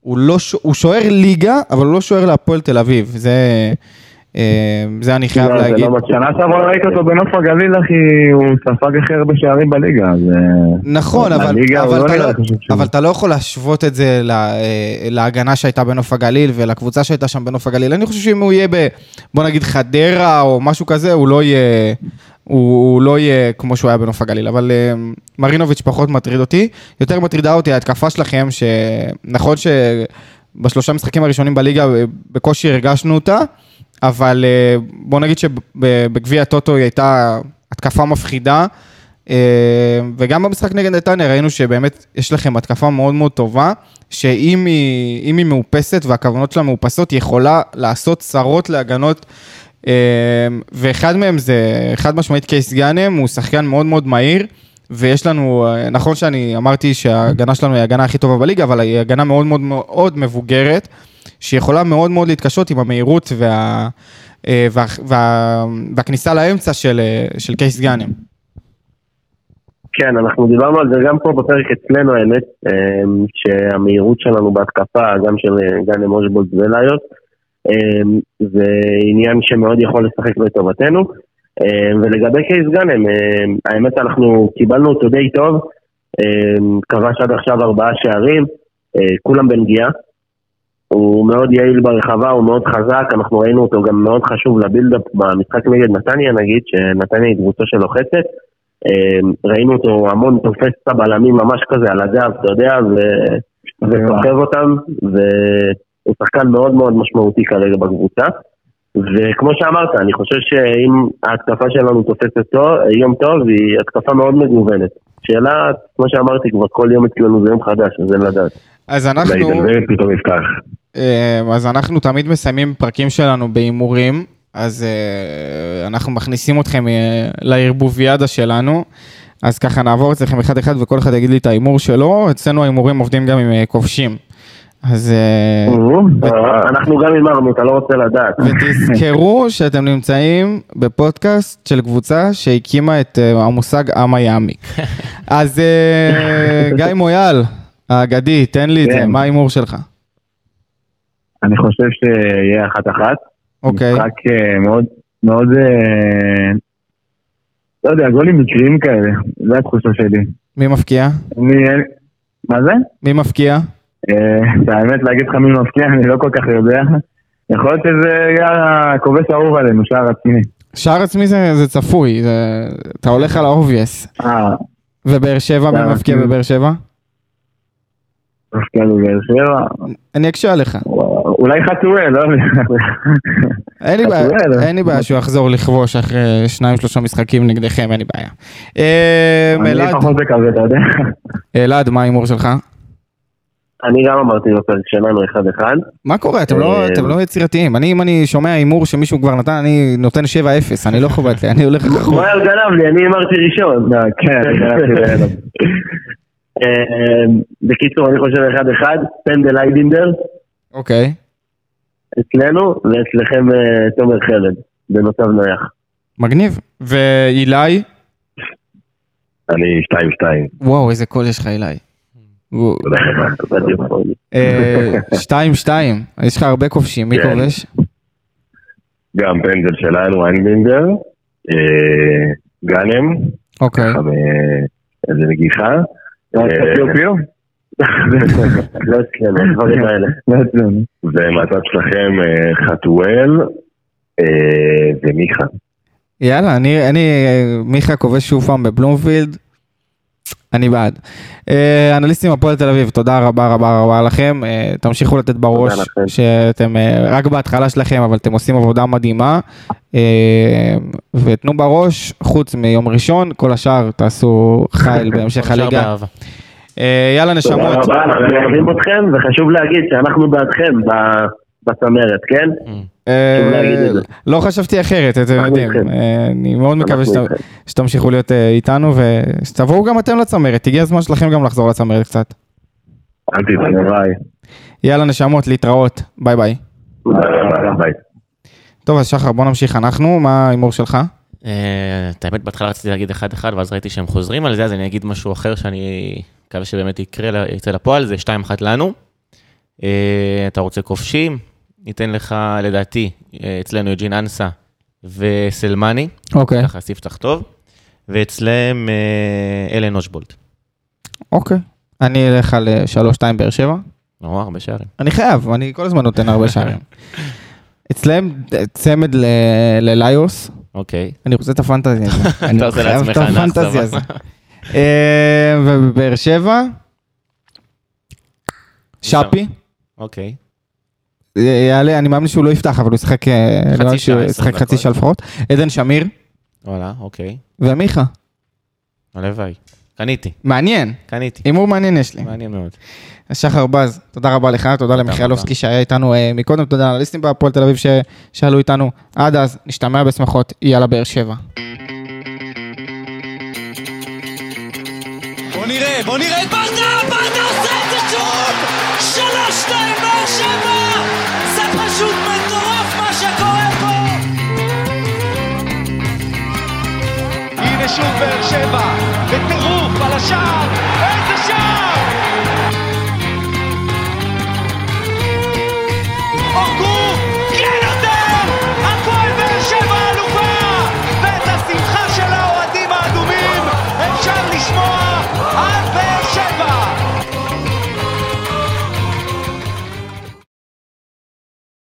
S1: הוא, לא, ש- הוא שוער ליגה, אבל הוא לא שוער להפועל תל אביב, זה, אה, זה אני חייב
S6: לא, זה לא
S1: להגיד.
S6: מה ש-
S7: שנה שעברה ראית אותו בנוף הגליל, אחי, הוא ספג הכי הרבה שערים בליגה, אז... אה,
S1: נכון, אבל,
S7: הליגה, הוא
S1: אבל,
S7: לא
S1: אתה
S7: נראה
S1: לא,
S7: לי חושב שהוא-
S1: אבל אתה לא יכול להשוות את זה לה, אה, להגנה שהייתה בנוף הגליל ולקבוצה שהייתה שם בנוף הגליל. אני חושב שאם הוא יהיה ב... בוא נגיד חדרה או משהו כזה, הוא לא יהיה, הוא, הוא לא יהיה כמו שהוא היה בנוף הגליל. אבל אה, מרינוביץ' פחות מטריד אותי. יותר מטרידה אותי ההתקפה שלכם, שנכון שבשלושה משחקים הראשונים בליגה אה, בקושי הרגשנו אותה, אבל אה, בוא נגיד שבגביע הטוטו היא הייתה התקפה מפחידה. אה, וגם במשחק נגד נתניה ראינו שבאמת יש לכם התקפה מאוד מאוד טובה, שאם היא, אם היא מאופסת והכוונות שלה מאופסות, היא יכולה לעשות צרות להגנות. אה, ואחד מהם זה חד משמעית קייס גאנם, הוא שחקן מאוד מאוד מהיר. ויש לנו, אה, נכון שאני אמרתי שההגנה שלנו היא ההגנה הכי טובה בליגה, אבל היא הגנה מאוד מאוד מאוד מבוגרת, שיכולה מאוד מאוד להתקשות עם המהירות וה, אה, וה, וה, והכניסה לאמצע של, אה, של קייס גאנם.
S6: כן, אנחנו דיברנו על זה גם פה בפרק אצלנו, האמת, אמ, שהמהירות שלנו בהתקפה, גם של אה, גאנם אושבולט וליוט, אמ, זה עניין שמאוד יכול לשחק לטובתנו. אמ, ולגבי קייס גאנם, אמ, האמת, אנחנו קיבלנו אותו די טוב, אמ, כבש עד עכשיו ארבעה שערים, אה, כולם בנגיעה. הוא מאוד יעיל ברחבה, הוא מאוד חזק, אנחנו ראינו אותו גם מאוד חשוב לבילדאפ במשחק נגד נתניה נגיד, שנתניה היא קבוצה שלוחצת, אמ, ראינו אותו המון תופס את הבלמים ממש כזה על הגב, אתה יודע, ו- וסוחב אותם, והוא שחקן מאוד מאוד משמעותי כרגע בקבוצה. וכמו שאמרת, אני חושב שאם ההתקפה שלנו תופסת טוב- יום טוב, היא התקפה מאוד מגוונת. שאלה, כמו שאמרתי כבר, כל יום אצלנו זה יום חדש, אז אין לדעת.
S1: אז אנחנו,
S8: ואידלברג פתאום יפתח.
S1: אה, אז אנחנו תמיד מסיימים פרקים שלנו בהימורים, אז אה, אנחנו מכניסים אתכם אה, לערבוביאדה שלנו. אז ככה נעבור אצלכם אחד אחד וכל אחד יגיד לי את ההימור שלו, אצלנו ההימורים עובדים גם עם אה, כובשים. אז אה,
S6: נו, אנחנו גם הימרנו, אתה לא רוצה לדעת.
S1: ותזכרו שאתם נמצאים בפודקאסט של קבוצה שהקימה את אה, המושג עם היאמיק. אז אה, גיא מויאל, האגדי, תן לי את זה,
S7: כן.
S1: מה ההימור שלך?
S7: אני חושב שיהיה אחת-אחת.
S1: אוקיי,
S7: משחק אה, מאוד, מאוד, אה, לא יודע, גולים מקריים כאלה, זו התחושה שלי.
S1: מי מפקיע?
S7: אני, אה, מה זה?
S1: מי מפקיע?
S7: אה, את האמת, להגיד לך מי מפקיע, אני לא כל כך יודע. יכול להיות שזה יהיה הכובש האהוב עלינו, שער עצמי.
S1: שער עצמי זה, זה צפוי, זה, אתה הולך על האובייס.
S7: אה,
S1: ובאר שבע,
S7: שער
S1: מי מפקיע
S7: עצמי.
S1: בבאר שבע?
S7: מפקיע בבאר שבע?
S1: אני אקשה עליך.
S7: וואו, אולי חתואל, לא יודע.
S1: אין לי בעיה,
S7: בסדר.
S1: אין לי בעיה שהוא יחזור לכבוש אחרי שניים שלושה משחקים נגדכם, אין לי בעיה. אה,
S7: אני
S1: אלעד,
S7: פחות בכזה, אתה יודע.
S1: אלעד, מה ההימור שלך?
S6: אני גם אמרתי בפרק שלנו אחד אחד.
S1: מה קורה? אתם לא,
S6: אה,
S1: אתם לא יצירתיים. אני, אם אני שומע הימור שמישהו כבר נתן, אני נותן 7-0, אני לא חובט לי, אני הולך אחורה.
S6: מויאל גנב לי, אני הימרתי ראשון.
S8: אה,
S7: לא, כן, גנבתי לאלו.
S6: אה, בקיצור, אני חושב אחד אחד, פנדל איידינדר,
S1: אוקיי.
S6: אצלנו, ואצלכם אה, תומר חלד, במצב נייח.
S1: מגניב. ואילי?
S8: אני 2-2.
S1: וואו, איזה קול יש לך אילי. וואו.
S8: תודה רבה.
S1: אה, שתיים שתיים, יש לך הרבה כובשים, מי
S8: כן.
S1: כובש?
S8: גם פנדל שלנו, איינבינגר, אה, גאנם,
S1: אוקיי.
S8: ככה
S6: אה,
S8: מ- איזה נגיחה.
S7: רק
S8: אה,
S7: פיו פיו?
S6: לא אצלנו, הדברים האלה.
S7: לא אצלנו.
S8: ומצב שלכם אה, חתואל אה, ומיכה.
S1: יאללה, אני, אני, אה, מיכה כובש שוב פעם בבלומפילד, אני בעד. אה, אנליסטים הפועל תל אביב, תודה רבה רבה רבה לכם, אה, תמשיכו לתת בראש,
S6: לכם.
S1: שאתם אה, רק בהתחלה שלכם, אבל אתם עושים עבודה מדהימה, אה, ותנו בראש, חוץ מיום ראשון, כל השאר תעשו חייל בהמשך
S3: אפשר
S1: הליגה.
S3: באהבה.
S1: אה, יאללה
S6: תודה
S1: נשמות,
S6: רבה, אנחנו אוהבים אתכם, וחשוב להגיד שאנחנו בעדכם ב- בצמרת, כן?
S1: אה,
S6: חשוב להגיד את זה.
S1: לא חשבתי אחרת, אתם
S6: אנחנו
S1: יודעים,
S6: איתכם.
S1: אה, אני מאוד מקווה
S6: אנחנו
S1: שאתם...
S6: איתכם.
S1: שתמשיכו להיות אה, איתנו ושתבואו גם אתם לצמרת, הגיע הזמן שלכם גם לחזור לצמרת קצת.
S8: אל תדאג, ביי.
S1: יאללה נשמות, להתראות, ביי ביי.
S8: תודה רבה, ביי.
S1: טוב אז שחר בוא נמשיך אנחנו, מה ההימור שלך?
S3: אה, את האמת, בהתחלה רציתי להגיד אחד אחד, ואז ראיתי שהם חוזרים על זה, אז אני אגיד משהו אחר שאני מקווה שבאמת יקרה, יצא לפועל, זה 2-1 לנו. אה, אתה רוצה כובשים? ניתן לך, לדעתי, אה, אצלנו יוג'ין אנסה וסלמני,
S1: אוקיי.
S3: ככה ספתח טוב, ואצלם אה, אלן אושבולט.
S1: אוקיי. אני אלך על אה, 3-2 באר שבע.
S3: נו, לא, הרבה שערים.
S1: אני חייב, אני כל הזמן נותן הרבה שערים. אצלם אה, צמד ל- לליוס,
S3: אוקיי.
S1: אני רוצה את הפנטזיה הזאת. אני
S3: אתה עושה
S1: חייב את
S3: לעצמך אנח,
S1: הפנטזיה
S3: סבבה.
S1: הזאת. אה, ובבאר שבע? שפי? אה,
S3: אוקיי.
S1: יעלה, אני מאמין שהוא לא יפתח, אבל הוא ישחק אה, נראה לי שהוא
S3: שעה, עשרים
S1: ישחק חצי
S3: דקות.
S1: שעה לפחות. עדן שמיר
S3: וואלה, אוקיי.
S1: ומיכה,
S3: הלוואי. קניתי,
S1: מעניין,
S3: קניתי.
S1: הימור מעניין יש לי.
S3: מעניין מאוד.
S1: שחר בז, תודה רבה לך, תודה למיכאלובסקי שהיה איתנו אה, מקודם, תודה לאנליסטים בהפועל תל אביב ש- שעלו איתנו. עד אז, נשתמע בשמחות, יאללה באר שבע.
S4: בוא נראה, בוא נראה את ברדה, ברדה עושה את זה שוב! שלוש, שתיים, באר שבע! זה פשוט מטורף מה שקורה פה!
S5: הנה שוב באר שבע, בטירוף על השער, איזה שער!